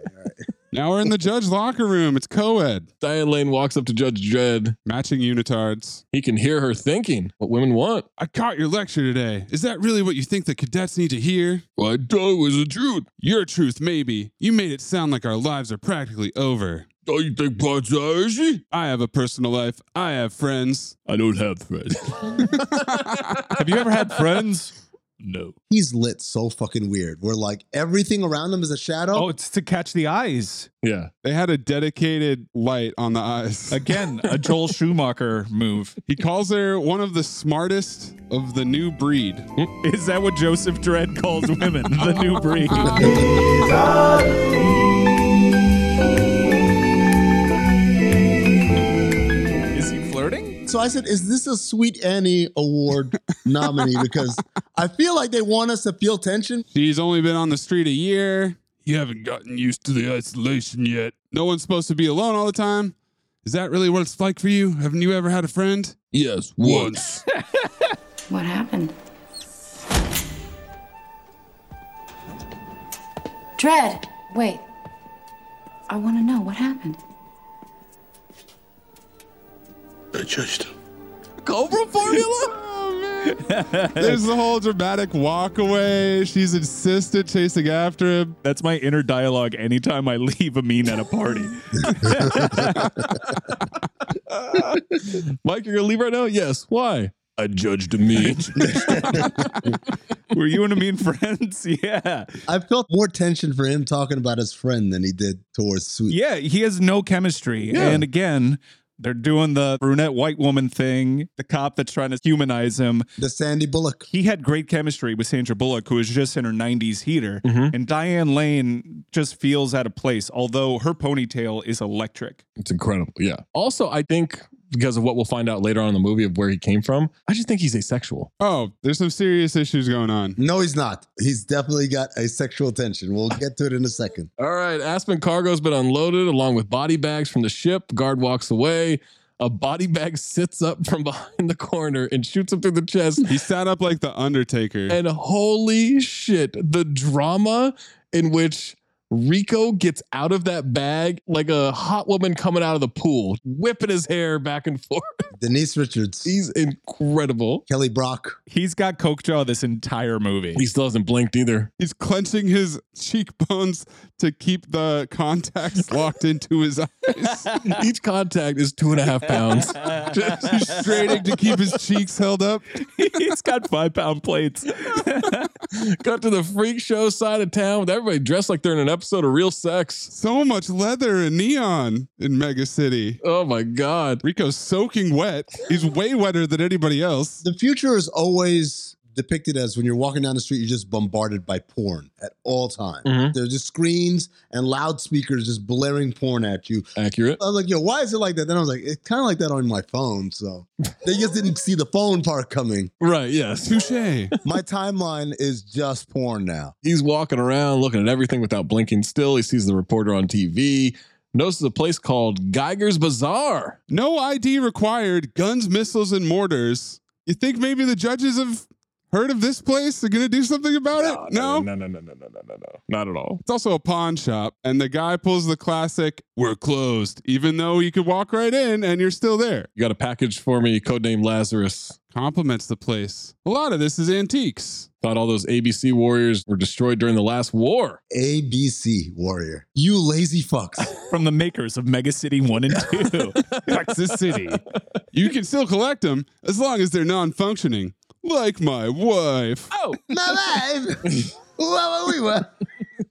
Speaker 6: Now we're in the judge locker room. It's co ed.
Speaker 4: Diane Lane walks up to Judge Dredd.
Speaker 6: Matching unitards.
Speaker 4: He can hear her thinking what women want.
Speaker 6: I caught your lecture today. Is that really what you think the cadets need to hear?
Speaker 4: Well, I thought it was the truth.
Speaker 6: Your truth, maybe. You made it sound like our lives are practically over.
Speaker 4: Don't you think parts are easy?
Speaker 6: I have a personal life. I have friends.
Speaker 4: I don't have friends.
Speaker 7: Have you ever had friends? No.
Speaker 5: He's lit so fucking weird. We're like everything around him is a shadow.
Speaker 7: Oh, it's to catch the eyes.
Speaker 4: Yeah.
Speaker 6: They had a dedicated light on the eyes.
Speaker 7: Again, a Joel Schumacher move.
Speaker 6: He calls her one of the smartest of the new breed.
Speaker 7: Is that what Joseph Dredd calls women? the new breed. Is he flirting?
Speaker 5: So I said, is this a Sweet Annie Award nominee? Because I feel like they want us to feel tension.
Speaker 6: She's only been on the street a year.
Speaker 16: You haven't gotten used to the isolation yet.
Speaker 6: No one's supposed to be alone all the time. Is that really what it's like for you? Haven't you ever had a friend?
Speaker 4: Yes,
Speaker 16: Once.
Speaker 13: What happened? Dread! Wait. I want to know what happened.
Speaker 16: I judged him.
Speaker 4: Cobra formula?
Speaker 6: There's the whole dramatic walk away. She's insistent chasing after him.
Speaker 7: That's my inner dialogue anytime I leave a mean at a party.
Speaker 4: Mike, you're going to leave right now? Yes. Why? I judged me.
Speaker 7: Were you and a mean friends? Yeah.
Speaker 5: I felt more tension for him talking about his friend than he did towards Sweet.
Speaker 7: Yeah, he has no chemistry.
Speaker 4: Yeah.
Speaker 7: And again, they're doing the brunette white woman thing, the cop that's trying to humanize him.
Speaker 5: The Sandy Bullock.
Speaker 7: He had great chemistry with Sandra Bullock, who is just in her 90s heater.
Speaker 4: Mhm.
Speaker 7: And Diane Lane just feels out of place, although her ponytail is electric.
Speaker 4: It's incredible. Yeah. Also, I think because of what we'll find out later on in the movie of where he came from, I just think he's asexual.
Speaker 6: Oh, there's some serious issues going on.
Speaker 5: No, he's not. He's definitely got a sexual tension. We'll get to it in a second.
Speaker 4: All right. Aspen cargo's been unloaded along with body bags from the ship. Guard walks away. A body bag sits up from behind the corner and shoots him through the chest.
Speaker 6: He sat up like the Undertaker.
Speaker 4: And holy shit, the drama in which Rico gets out of that bag like a hot woman coming out of the pool, whipping his hair back and forth.
Speaker 5: Denise Richards.
Speaker 4: He's incredible.
Speaker 5: Kelly Brock.
Speaker 7: He's got Coke Jaw this entire movie.
Speaker 4: He still hasn't blinked either.
Speaker 6: He's clenching his cheekbones to keep the contacts locked into his eyes.
Speaker 4: Each contact is two and a half pounds.
Speaker 6: He's straining to keep his cheeks held up.
Speaker 7: He's got five pound plates.
Speaker 4: Got to the freak show side of town with everybody dressed like they're in an episode of Real Sex.
Speaker 6: So much leather and neon in Mega City.
Speaker 4: Oh my God.
Speaker 6: Rico's soaking wet. He's way wetter than anybody else.
Speaker 5: The future is always depicted as when you're walking down the street, you're just bombarded by porn at all times.
Speaker 4: Mhm.
Speaker 5: There's just screens and loudspeakers just blaring porn at you.
Speaker 4: Accurate.
Speaker 5: I was like, yo, why is it like that? Then I was like, it's kind of like that on my phone. So they just didn't see the phone part coming.
Speaker 4: Right. Yes.
Speaker 6: Touche.
Speaker 5: My timeline is just porn now.
Speaker 4: He's walking around looking at everything without blinking still. He sees the reporter on TV, notices a place called Geiger's Bazaar.
Speaker 6: No ID required, guns, missiles, and mortars. You think maybe the judges have heard of this place? They're going to do something about it? No?
Speaker 4: No, no, no, no, no, no, no, no. Not at all.
Speaker 6: It's also a pawn shop, and the guy pulls the classic, we're closed, even though you could walk right in and you're still there.
Speaker 4: You got a package for me, codename Lazarus.
Speaker 6: Compliments the place. A lot of this is antiques.
Speaker 4: Thought all those ABC warriors were destroyed during the last war.
Speaker 5: ABC Warrior. You lazy fucks.
Speaker 7: From the makers of Mega City 1 and 2.
Speaker 6: Texas City. You can still collect them as long as they're non functioning, like my wife.
Speaker 5: My wife. Well, we were.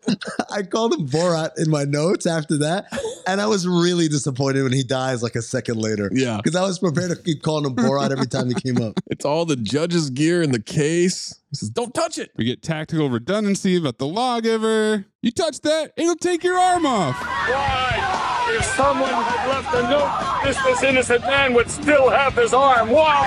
Speaker 5: I called him Borat in my notes after that, and I was really disappointed when he dies like a second later
Speaker 4: Yeah.
Speaker 5: because I was prepared to keep calling him Borat every time he came up.
Speaker 4: It's all the judge's gear in the case. He says, Don't touch it.
Speaker 6: We get tactical redundancy about the lawgiver. You touch that, it'll take your arm off.
Speaker 16: Why? If someone had left a note, this, this innocent man would still have his arm. Why?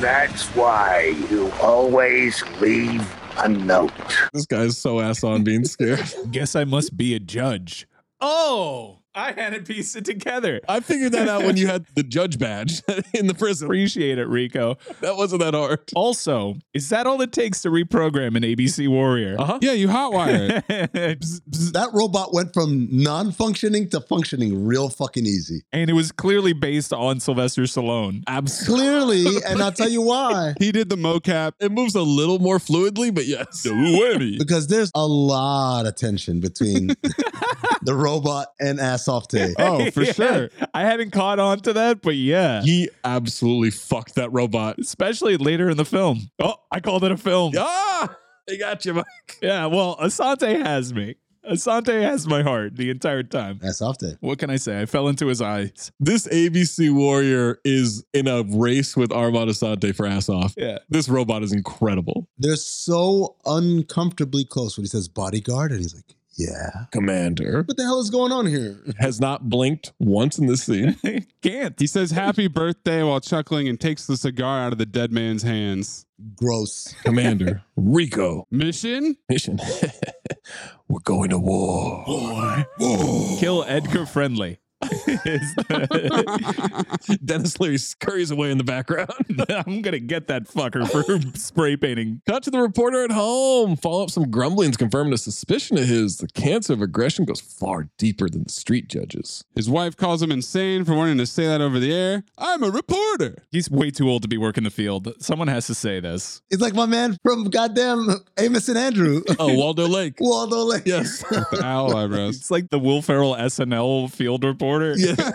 Speaker 18: That's why you always leave a note.
Speaker 4: This guy's so ass on being scared.
Speaker 7: Guess I must be a judge. Oh, I hadn't pieced it together.
Speaker 4: I figured that out when you had the judge badge in the prison.
Speaker 7: Appreciate it, Rico.
Speaker 4: That wasn't that hard.
Speaker 7: Also, is that all it takes to reprogram an ABC Warrior? Uh-huh.
Speaker 6: Yeah, you hotwire it.
Speaker 5: That robot went from non-functioning to functioning real fucking easy.
Speaker 7: and it was clearly based on Sylvester Stallone.
Speaker 4: Absolutely.
Speaker 5: Clearly, and I'll tell you why.
Speaker 6: He did the mocap.
Speaker 4: It moves a little more fluidly, but yes.
Speaker 5: Because there's a lot of tension between the robot and ass off day.
Speaker 6: Oh, for
Speaker 7: Yeah,
Speaker 6: sure.
Speaker 7: I hadn't caught on to that, but yeah.
Speaker 4: He absolutely fucked that robot.
Speaker 7: Especially later in the film. Oh, I called it a film.
Speaker 4: Ah, they got you, Mike.
Speaker 7: Yeah, well, Asante has me. Asante has my heart the entire time.
Speaker 5: Ass off day.
Speaker 7: What can I say? I fell into his eyes.
Speaker 4: This ABC warrior is in a race with Armand Asante for ass off.
Speaker 7: Yeah.
Speaker 4: This robot is incredible.
Speaker 5: They're so uncomfortably close when he says bodyguard, and he's like, yeah.
Speaker 4: Commander
Speaker 5: What the hell is going on here?
Speaker 4: has not blinked once in this scene.
Speaker 7: Can't.
Speaker 6: He says happy birthday while chuckling and takes the cigar out of the dead man's hands.
Speaker 5: Gross.
Speaker 4: Commander Rico
Speaker 6: Mission?
Speaker 4: mission. We're going to war.
Speaker 7: Kill Edgar Friendly. Is the-
Speaker 4: Dennis Leary scurries away in the background.
Speaker 7: I'm gonna get that fucker for spray painting.
Speaker 4: Cut to the reporter at home. Follow up some grumblings confirming a suspicion of his. The cancer of aggression goes far deeper than the street judges.
Speaker 6: His wife calls him insane for wanting to say that over the air. I'm a reporter.
Speaker 7: He's way too old to be working the field. Someone has to say this.
Speaker 5: It's like my man from goddamn Amos and Andrew.
Speaker 4: Oh, Waldo Lake.
Speaker 5: Waldo Lake.
Speaker 4: Yes.
Speaker 6: The owl eyebrows.
Speaker 7: It's like the Will Ferrell SNL field reporter.
Speaker 4: Yeah.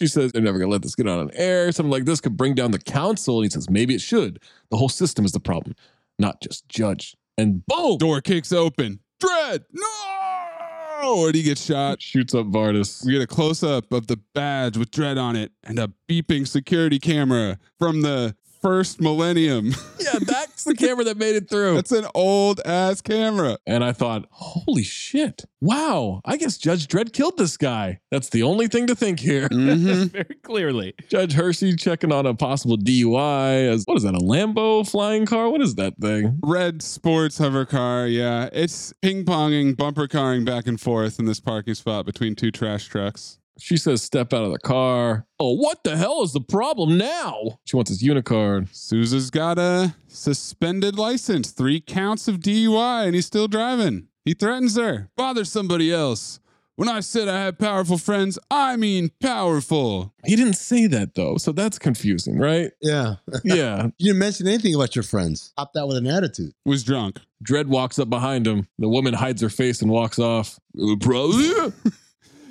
Speaker 4: she says, they're never going to let this get on an air. Something like this could bring down the council. And he says, maybe it should. The whole system is the problem, not just judge. And boom,
Speaker 6: Door kicks open. Dread! No! And he gets shot.
Speaker 4: shoots up Vardis.
Speaker 6: We get a close up of the badge with Dread on it and a beeping security camera from the first millennium.
Speaker 4: Yeah, that's the camera that made it through.
Speaker 6: That's an old ass camera.
Speaker 4: And I thought, holy shit. Wow. I guess Judge Dredd killed this guy. That's the only thing to think here. Hmm. Mm-hmm.
Speaker 7: Very clearly.
Speaker 4: Judge Hersey checking on a possible DUI as what is that, a Lambo flying car? What is that thing?
Speaker 6: Red sports hover car. Yeah, it's ping ponging, bumper carring back and forth in this parking spot between two trash trucks.
Speaker 4: She says, step out of the car. Oh, what the hell is the problem now? She wants his unicard.
Speaker 6: Sousa's got a suspended license, three counts of DUI, and he's still driving. He threatens her, bother somebody else. When I said I had powerful friends, I mean powerful.
Speaker 4: He didn't say that though, so that's confusing, right?
Speaker 5: Yeah.
Speaker 4: Yeah.
Speaker 5: You didn't mention anything about your friends. Opt out with an attitude.
Speaker 6: Was drunk.
Speaker 4: Dredd walks up behind him. The woman hides her face and walks off. Uh, bro-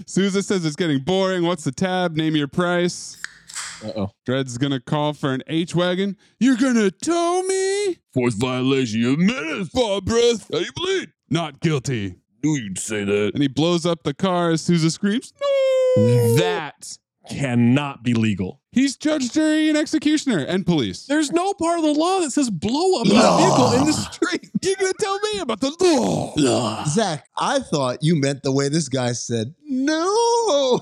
Speaker 6: Sousa says it's getting boring. What's the tab? Name your price.
Speaker 4: Uh-oh.
Speaker 6: Dred's gonna call for an H Wagon. You're gonna tow me?
Speaker 4: Force violation. You admit it.
Speaker 6: Fall breath.
Speaker 4: How you bleed?
Speaker 6: Not guilty.
Speaker 4: Knew you'd say that.
Speaker 6: And he blows up the car as Sousa screams, No!
Speaker 4: That cannot be legal.
Speaker 6: He's judge, jury, and executioner, and police.
Speaker 4: There's no part of the law that says blow up
Speaker 5: Law.
Speaker 4: a vehicle in the street.
Speaker 6: You're gonna tell me about the law.
Speaker 4: Ah.
Speaker 5: Zach, I thought you meant the way this guy said, no.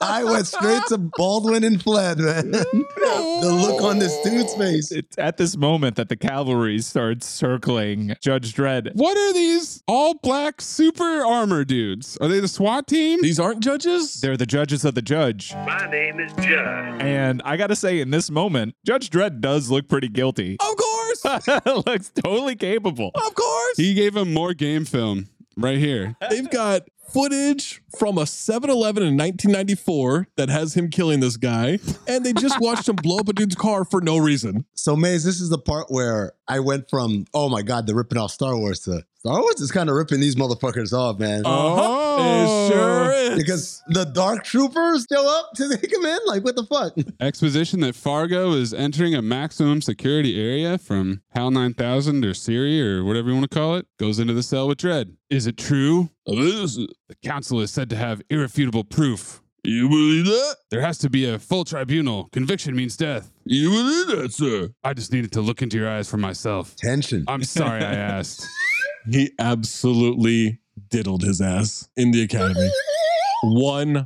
Speaker 5: I went straight to Baldwin and fled, man. the look on this dude's face.
Speaker 7: It's at this moment that the cavalry starts circling Judge Dredd.
Speaker 6: What are these all black super armor dudes? Are they the SWAT team?
Speaker 4: These aren't judges.
Speaker 7: They're the judges of the judge.
Speaker 16: My name is Judge.
Speaker 7: And I gotta say, in this moment, Judge Dredd does look pretty guilty.
Speaker 4: Oh, of course,
Speaker 7: Looks totally capable.
Speaker 4: of course.
Speaker 6: he gave him more game film right here.
Speaker 4: They've got footage from a 7-Eleven in 1994 that has him killing this guy, and they just watched him blow up a dude's car for no reason.
Speaker 5: So, Maze, this is the part where I went from, oh my God, they're ripping off Star Wars to Star Wars is kind of ripping these motherfuckers off, man.
Speaker 6: Oh,
Speaker 4: Uh-huh. It sure is.
Speaker 5: because the dark troopers show up to take him in. Like, what the fuck?
Speaker 6: Exposition that Fargo is entering a maximum security area from HAL 9000 or Siri or whatever you want to call it. Goes into the cell with Dredd. Is it true?
Speaker 4: This-
Speaker 6: The council is said to have irrefutable proof.
Speaker 4: You believe that?
Speaker 6: There has to be a full tribunal. Conviction means death.
Speaker 4: You believe that, sir?
Speaker 6: I just needed to look into your eyes for myself.
Speaker 5: Tension.
Speaker 6: I'm sorry I asked.
Speaker 4: He absolutely diddled his ass in the academy.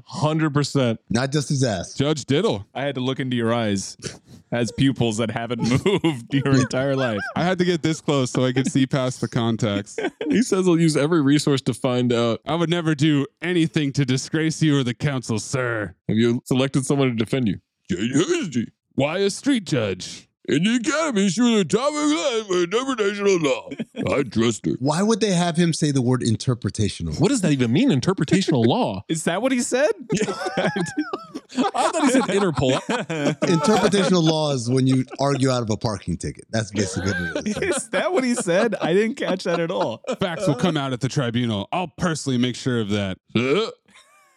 Speaker 4: 100%.
Speaker 5: Not just his ass.
Speaker 6: Judge Diddle.
Speaker 7: I had to look into your eyes as pupils that haven't moved your entire life.
Speaker 6: I had to get this close so I could see past the contacts.
Speaker 4: He says he'll use every resource to find out.
Speaker 6: I would never do anything to disgrace you or the council, sir.
Speaker 4: Have you selected someone to defend you? Jane Husty.
Speaker 6: Why a street judge?
Speaker 4: In the academy, she was a top of class in international law. I trust her.
Speaker 5: Why would they have him say the word interpretational?
Speaker 4: What does that even mean, interpretational law?
Speaker 7: Is that what he said?
Speaker 4: I thought he said Interpol.
Speaker 5: interpretational law is when you argue out of a parking ticket. That's basically what it is.
Speaker 7: Is that what he said? I didn't catch that at all.
Speaker 6: Facts will come out at the tribunal. I'll personally make sure of that.
Speaker 4: Huh?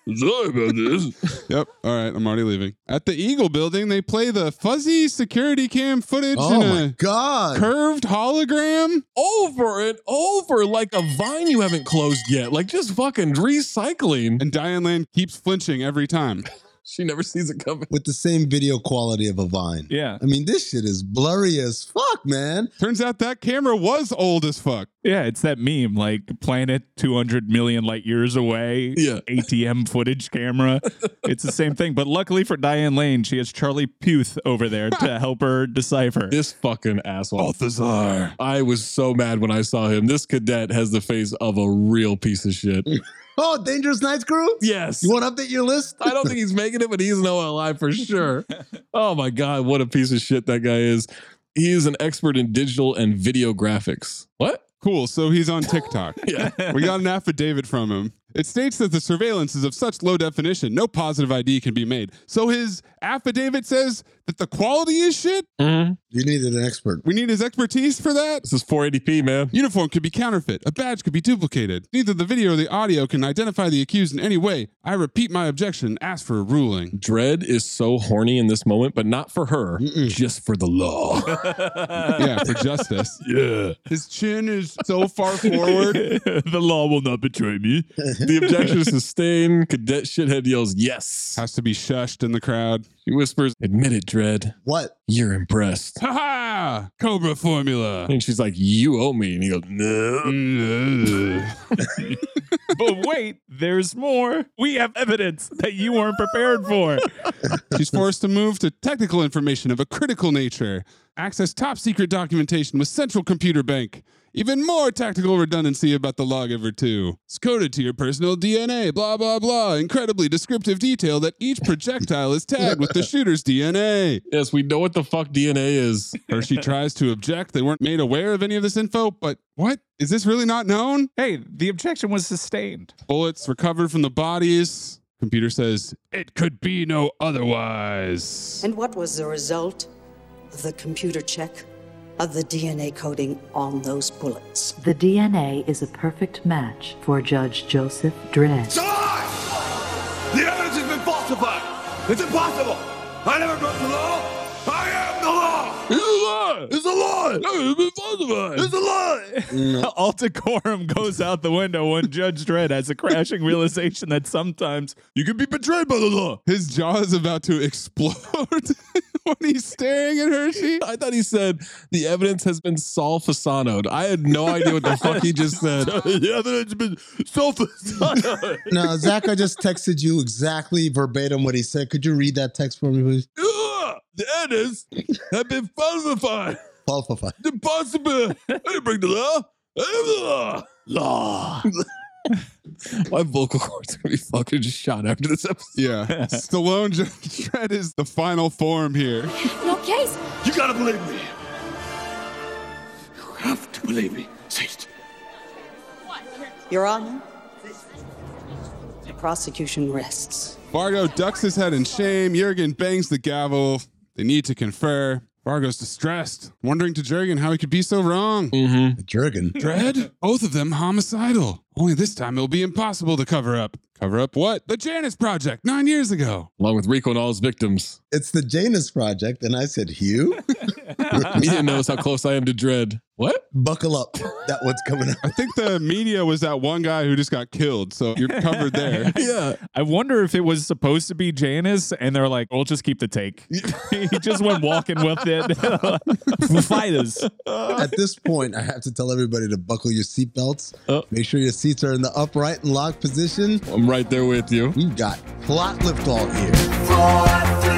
Speaker 4: Sorry about this.
Speaker 6: Yep. All right. I'm already leaving. At the Eagle building, they play the fuzzy security cam footage
Speaker 5: Oh my
Speaker 6: in a
Speaker 5: god!
Speaker 6: curved hologram.
Speaker 4: Over and over, like a vine you haven't closed yet. Like just fucking recycling.
Speaker 6: And Diane Land keeps flinching every time.
Speaker 4: She never sees it coming.
Speaker 5: With the same video quality of a vine.
Speaker 7: Yeah.
Speaker 5: I mean, this shit is blurry as fuck, man.
Speaker 6: Turns out that camera was old as fuck.
Speaker 7: Yeah, it's that meme like planet 200 million light years away.
Speaker 4: Yeah.
Speaker 7: ATM footage camera. It's the same thing. But luckily for Diane Lane, she has Charlie Puth over there to help her decipher.
Speaker 4: This fucking asshole. Balthazar. I was so mad when I saw him. This cadet has the face of a real piece of shit.
Speaker 5: Oh, Dangerous Nights crew.
Speaker 4: yes.
Speaker 5: You want to update your list?
Speaker 4: I don't think he's making it, but he's an OLI for sure. Oh my God, what a piece of shit that guy is. He is an expert in digital and video graphics. What?
Speaker 6: Cool. So he's on TikTok.
Speaker 4: Yeah.
Speaker 6: We got an affidavit from him. It states that the surveillance is of such low definition, no positive ID can be made. So his affidavit says that the quality is shit.
Speaker 5: You needed an expert.
Speaker 6: We need his expertise for that.
Speaker 4: This is 480p, man.
Speaker 6: Uniform could be counterfeit. A badge could be duplicated. Neither the video or the audio can identify the accused in any way. I repeat my objection. Ask for a ruling.
Speaker 4: Dread is so horny in this moment, but not for her, just for the law.
Speaker 6: yeah, for justice.
Speaker 4: yeah.
Speaker 6: His chin is so far forward.
Speaker 7: the law will not betray me.
Speaker 4: The objection is sustained. Cadet shithead yells, Yes.
Speaker 6: Has to be shushed in the crowd.
Speaker 4: She whispers, Admit it, Dread.
Speaker 5: What?
Speaker 4: You're impressed.
Speaker 6: Ha ha! Cobra formula.
Speaker 4: And she's like, You owe me. And he goes, No.
Speaker 7: But wait, there's more. We have evidence that you weren't prepared for.
Speaker 6: She's forced to move to technical information of a critical nature, access top secret documentation with central computer bank, even more tactical redundancy about the lawgiver too. It's coded to your personal DNA, blah blah blah. Incredibly descriptive detail that each projectile is tagged with the shooter's DNA.
Speaker 4: Yes, we know what the fuck DNA is.
Speaker 6: Hershey tries to object they weren't made aware of any of this info, but what? Is this really not known?
Speaker 7: Hey, the objection was sustained.
Speaker 6: Bullets recovered from the bodies. Computer says, it could be no otherwise.
Speaker 2: And what was the result of the computer check of the DNA coding on those bullets?
Speaker 22: The DNA is a perfect match for Judge Joseph Dredd.
Speaker 16: It's a lie! The evidence has been falsified. It's impossible. I never broke the law. I am the law.
Speaker 4: It's a
Speaker 16: It's a
Speaker 4: lie.
Speaker 16: lie.
Speaker 4: It's been falsified.
Speaker 16: It's a lie.
Speaker 7: All decorum goes out the window when Judge Dredd has a crashing realization that sometimes
Speaker 4: You can be betrayed by the law.
Speaker 6: His jaw is about to explode when he's staring at Hershey.
Speaker 4: I thought he said the evidence has been Saul Fasanoed. I had no idea what the fuck he just said.
Speaker 16: The evidence has been so falsified.
Speaker 5: Now, Zach, I just texted you exactly verbatim what he said. Could you read that text for me, please?
Speaker 16: the evidence has been falsified.
Speaker 5: Paul Fafai.
Speaker 16: Impossible. I didn't break the law. I am the law. Law.
Speaker 4: My vocal cords are gonna be fucking just shot after this episode.
Speaker 6: Yeah. Stallone Judge Dredd is the final form here.
Speaker 10: No case.
Speaker 16: You gotta believe me. You have to believe me. Say it.
Speaker 2: Your Honor, the prosecution rests.
Speaker 6: Fargo ducks his head in shame. Jurgen bangs the gavel. They need to confer. Fargo's distressed, wondering to Jurgen how he could be so wrong.
Speaker 4: Mm.
Speaker 5: Jurgen.
Speaker 6: Dredd? Both of them homicidal. Only this time it'll be impossible to cover up. Cover up what? The Janus Project, nine years ago.
Speaker 4: Along with Rico and all his victims.
Speaker 5: It's the Janus Project. And I said, Hugh?
Speaker 4: Media knows how close I am to dread. What?
Speaker 5: Buckle up. That one's coming up.
Speaker 6: I think the media was that one guy who just got killed, so you're covered there.
Speaker 4: Yeah.
Speaker 7: I wonder if it was supposed to be Janice, and they're like, "We'll just keep the take." he just went walking with it. Fight us.
Speaker 5: At this point, I have to tell everybody to buckle your seatbelts. Make sure your seats are in the upright and locked position.
Speaker 4: Oh. I'm right there with you.
Speaker 5: We got plot lift all here.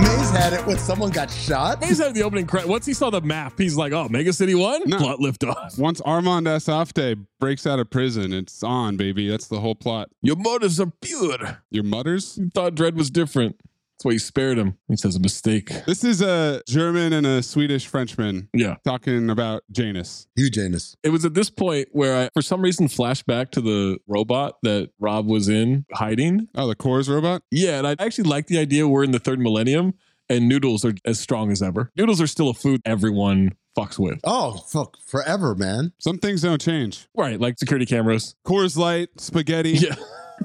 Speaker 5: Maze had it when someone got shot.
Speaker 4: He's had the opening credit. Once he saw the map, he's like, "Oh, Mega City One, plot liftoff."
Speaker 6: Once Armand Asafte breaks out of prison, it's on, baby. That's the whole plot.
Speaker 4: Your motives are pure.
Speaker 6: Your mutters?
Speaker 4: You thought Dread was different. That's why you spared him. He says a mistake.
Speaker 6: This is a German and a Swedish Frenchman
Speaker 4: Yeah.
Speaker 6: talking about Janus.
Speaker 5: Eugenus.
Speaker 4: It was at this point where I, for some reason, flashed back to the robot that Rob was in hiding.
Speaker 6: Oh, the Coors robot?
Speaker 4: Yeah, and I actually like the idea we're in the third millennium and noodles are as strong as ever. Noodles are still a food everyone fucks with.
Speaker 5: Oh, fuck. Forever, man.
Speaker 6: Some things don't change.
Speaker 4: Right, like security cameras.
Speaker 6: Coors Light, spaghetti,
Speaker 4: Yeah.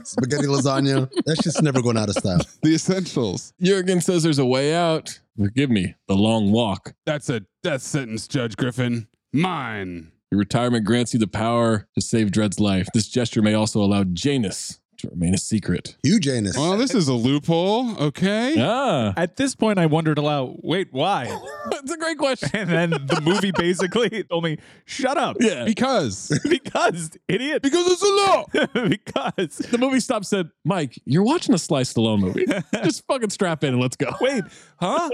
Speaker 5: Spaghetti lasagna. That's just never going out of style.
Speaker 6: the essentials.
Speaker 4: Jurgen says there's a way out. Forgive me, the long walk.
Speaker 6: That's a death sentence, Judge Griffin. Mine.
Speaker 4: Your retirement grants you the power to save Dred's life. This gesture may also allow Janus to remain a secret.
Speaker 5: Eugenus.
Speaker 6: Well, this is a loophole. Okay.
Speaker 4: Ah,
Speaker 7: At this point, I wondered aloud, "Wait, why?"
Speaker 4: that's a great question.
Speaker 7: And then the movie basically told me, "Shut up."
Speaker 4: Yeah.
Speaker 6: Because
Speaker 7: Because idiot.
Speaker 4: Because it's a law.
Speaker 7: because
Speaker 4: The movie stopped said, Mike, you're watching a Sly Stallone movie. Just fucking strap in and let's go.
Speaker 7: wait, huh?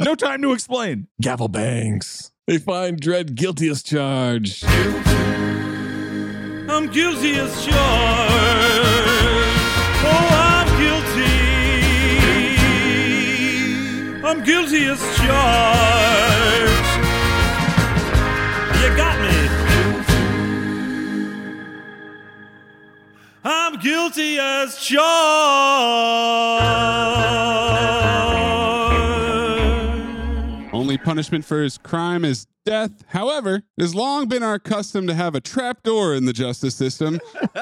Speaker 7: no time to explain.
Speaker 4: Gavel bangs. They find Dredd guilty as charged.
Speaker 10: I'm guilty as charged. Oh, I'm guilty. I'm guilty as charged. You got me. I'm guilty as charged.
Speaker 6: only punishment for his crime is death. However, it has long been our custom to have a trapdoor in the justice system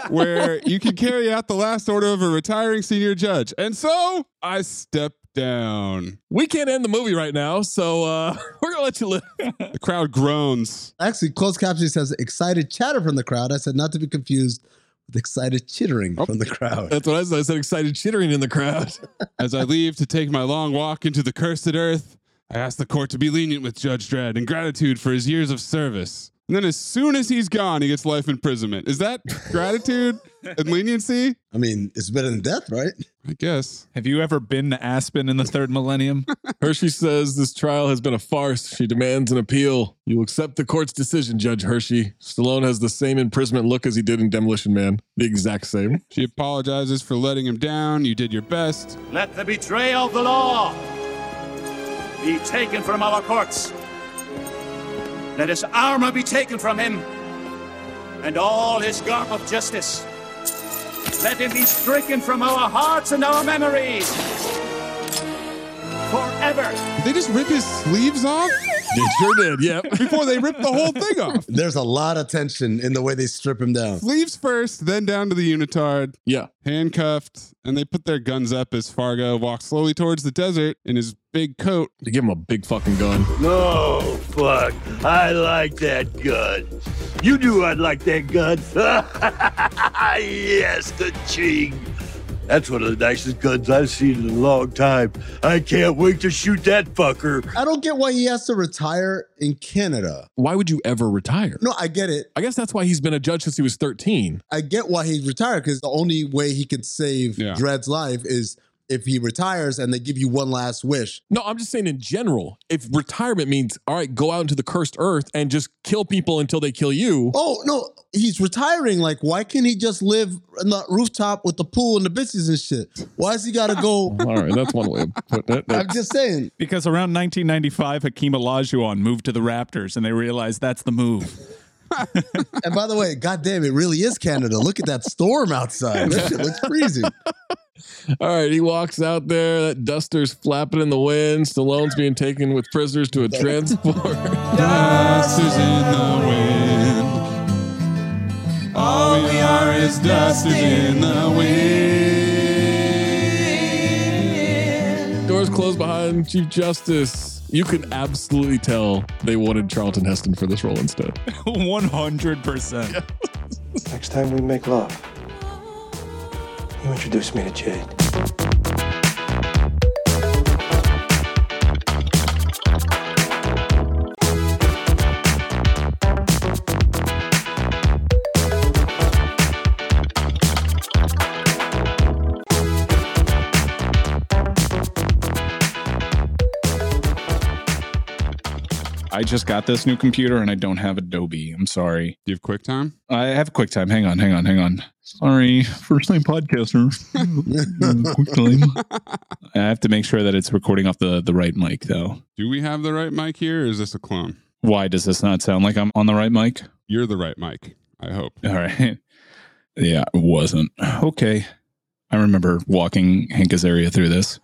Speaker 6: where you can carry out the last order of a retiring senior judge. And so I step down.
Speaker 4: We can't end the movie right now, so uh, we're going to let you live.
Speaker 6: The crowd groans.
Speaker 5: Actually, closed caption says excited chatter from the crowd. I said not to be confused with excited chittering from the crowd.
Speaker 4: That's what I said. I said excited chittering in the crowd.
Speaker 6: As I leave to take my long walk into the cursed earth, I ask the court to be lenient with Judge Dredd in gratitude for his years of service. And then, as soon as he's gone, he gets life imprisonment. Is that gratitude and leniency?
Speaker 5: I mean, it's better than death, right?
Speaker 6: I guess.
Speaker 7: Have you ever been to Aspen in the third millennium?
Speaker 4: Hershey says this trial has been a farce. She demands an appeal. You accept the court's decision, Judge Hershey. Stallone has the same imprisonment look as he did in Demolition Man. The exact same.
Speaker 6: She apologizes for letting him down. You did your best.
Speaker 16: Let the betrayal of the law be taken from our courts. Let his armor be taken from him, and all his garb of justice. Let him be stricken from our hearts and our memories. Forever.
Speaker 6: Did they just rip his sleeves off
Speaker 4: They sure did. Yep.
Speaker 6: before they rip the whole thing off.
Speaker 5: There's a lot of tension in the way they strip him down.
Speaker 6: Sleeves first, then down to the unitard,
Speaker 4: Yeah.
Speaker 6: handcuffed, and they put their guns up as Fargo walks slowly towards the desert in his big coat.
Speaker 4: They give him a big fucking gun.
Speaker 16: No, Oh, fuck. I like that gun. You knew I'd like that gun. yes, the ching. That's one of the nicest guns I've seen in a long time. I can't wait to shoot that fucker.
Speaker 5: I don't get why he has to retire in Canada.
Speaker 4: Why would you ever retire?
Speaker 5: No, I get it.
Speaker 4: I guess that's why he's been a judge since he was 13.
Speaker 5: I get why he retired because the only way he could save
Speaker 6: Yeah.
Speaker 5: Dred's life is if he retires and they give you one last wish.
Speaker 4: No, I'm just saying in general, if retirement means, all right, go out into the cursed earth and just kill people until they kill you.
Speaker 5: Oh no, he's retiring. Like, why can't he just live on the rooftop with the pool and the bitches and shit? Why has he got to go?
Speaker 4: All right, that's one way of putting it.
Speaker 5: I'm just saying.
Speaker 7: because around 1995, Hakeem Olajuwon moved to the Raptors, and they realized that's the move.
Speaker 5: And by the way, goddamn, it really is Canada. Look at that storm outside. That shit looks freezing.
Speaker 4: All right, he walks out there. That duster's flapping in the wind. Stallone's being taken with prisoners to a transport.
Speaker 6: Dust is in the wind. All we are is dust is in the wind.
Speaker 4: Doors closed behind Chief Justice. You could absolutely tell they wanted Charlton Heston for this role instead.
Speaker 7: 100%.
Speaker 8: Next time we make love, you introduce me to Jade.
Speaker 7: I just got this new computer and I don't have Adobe. I'm sorry.
Speaker 6: Do you have QuickTime?
Speaker 7: I have QuickTime. Hang on, hang on, hang on. Sorry, first time podcaster. QuickTime. I have to make sure that it's recording off the, the right mic, though.
Speaker 6: Do we have the right mic here or is this a clone?
Speaker 7: Why does this not sound like I'm on the right mic?
Speaker 6: You're the right mic, I hope.
Speaker 7: All right. Yeah, it wasn't. Okay. I remember walking Hank Azaria through this.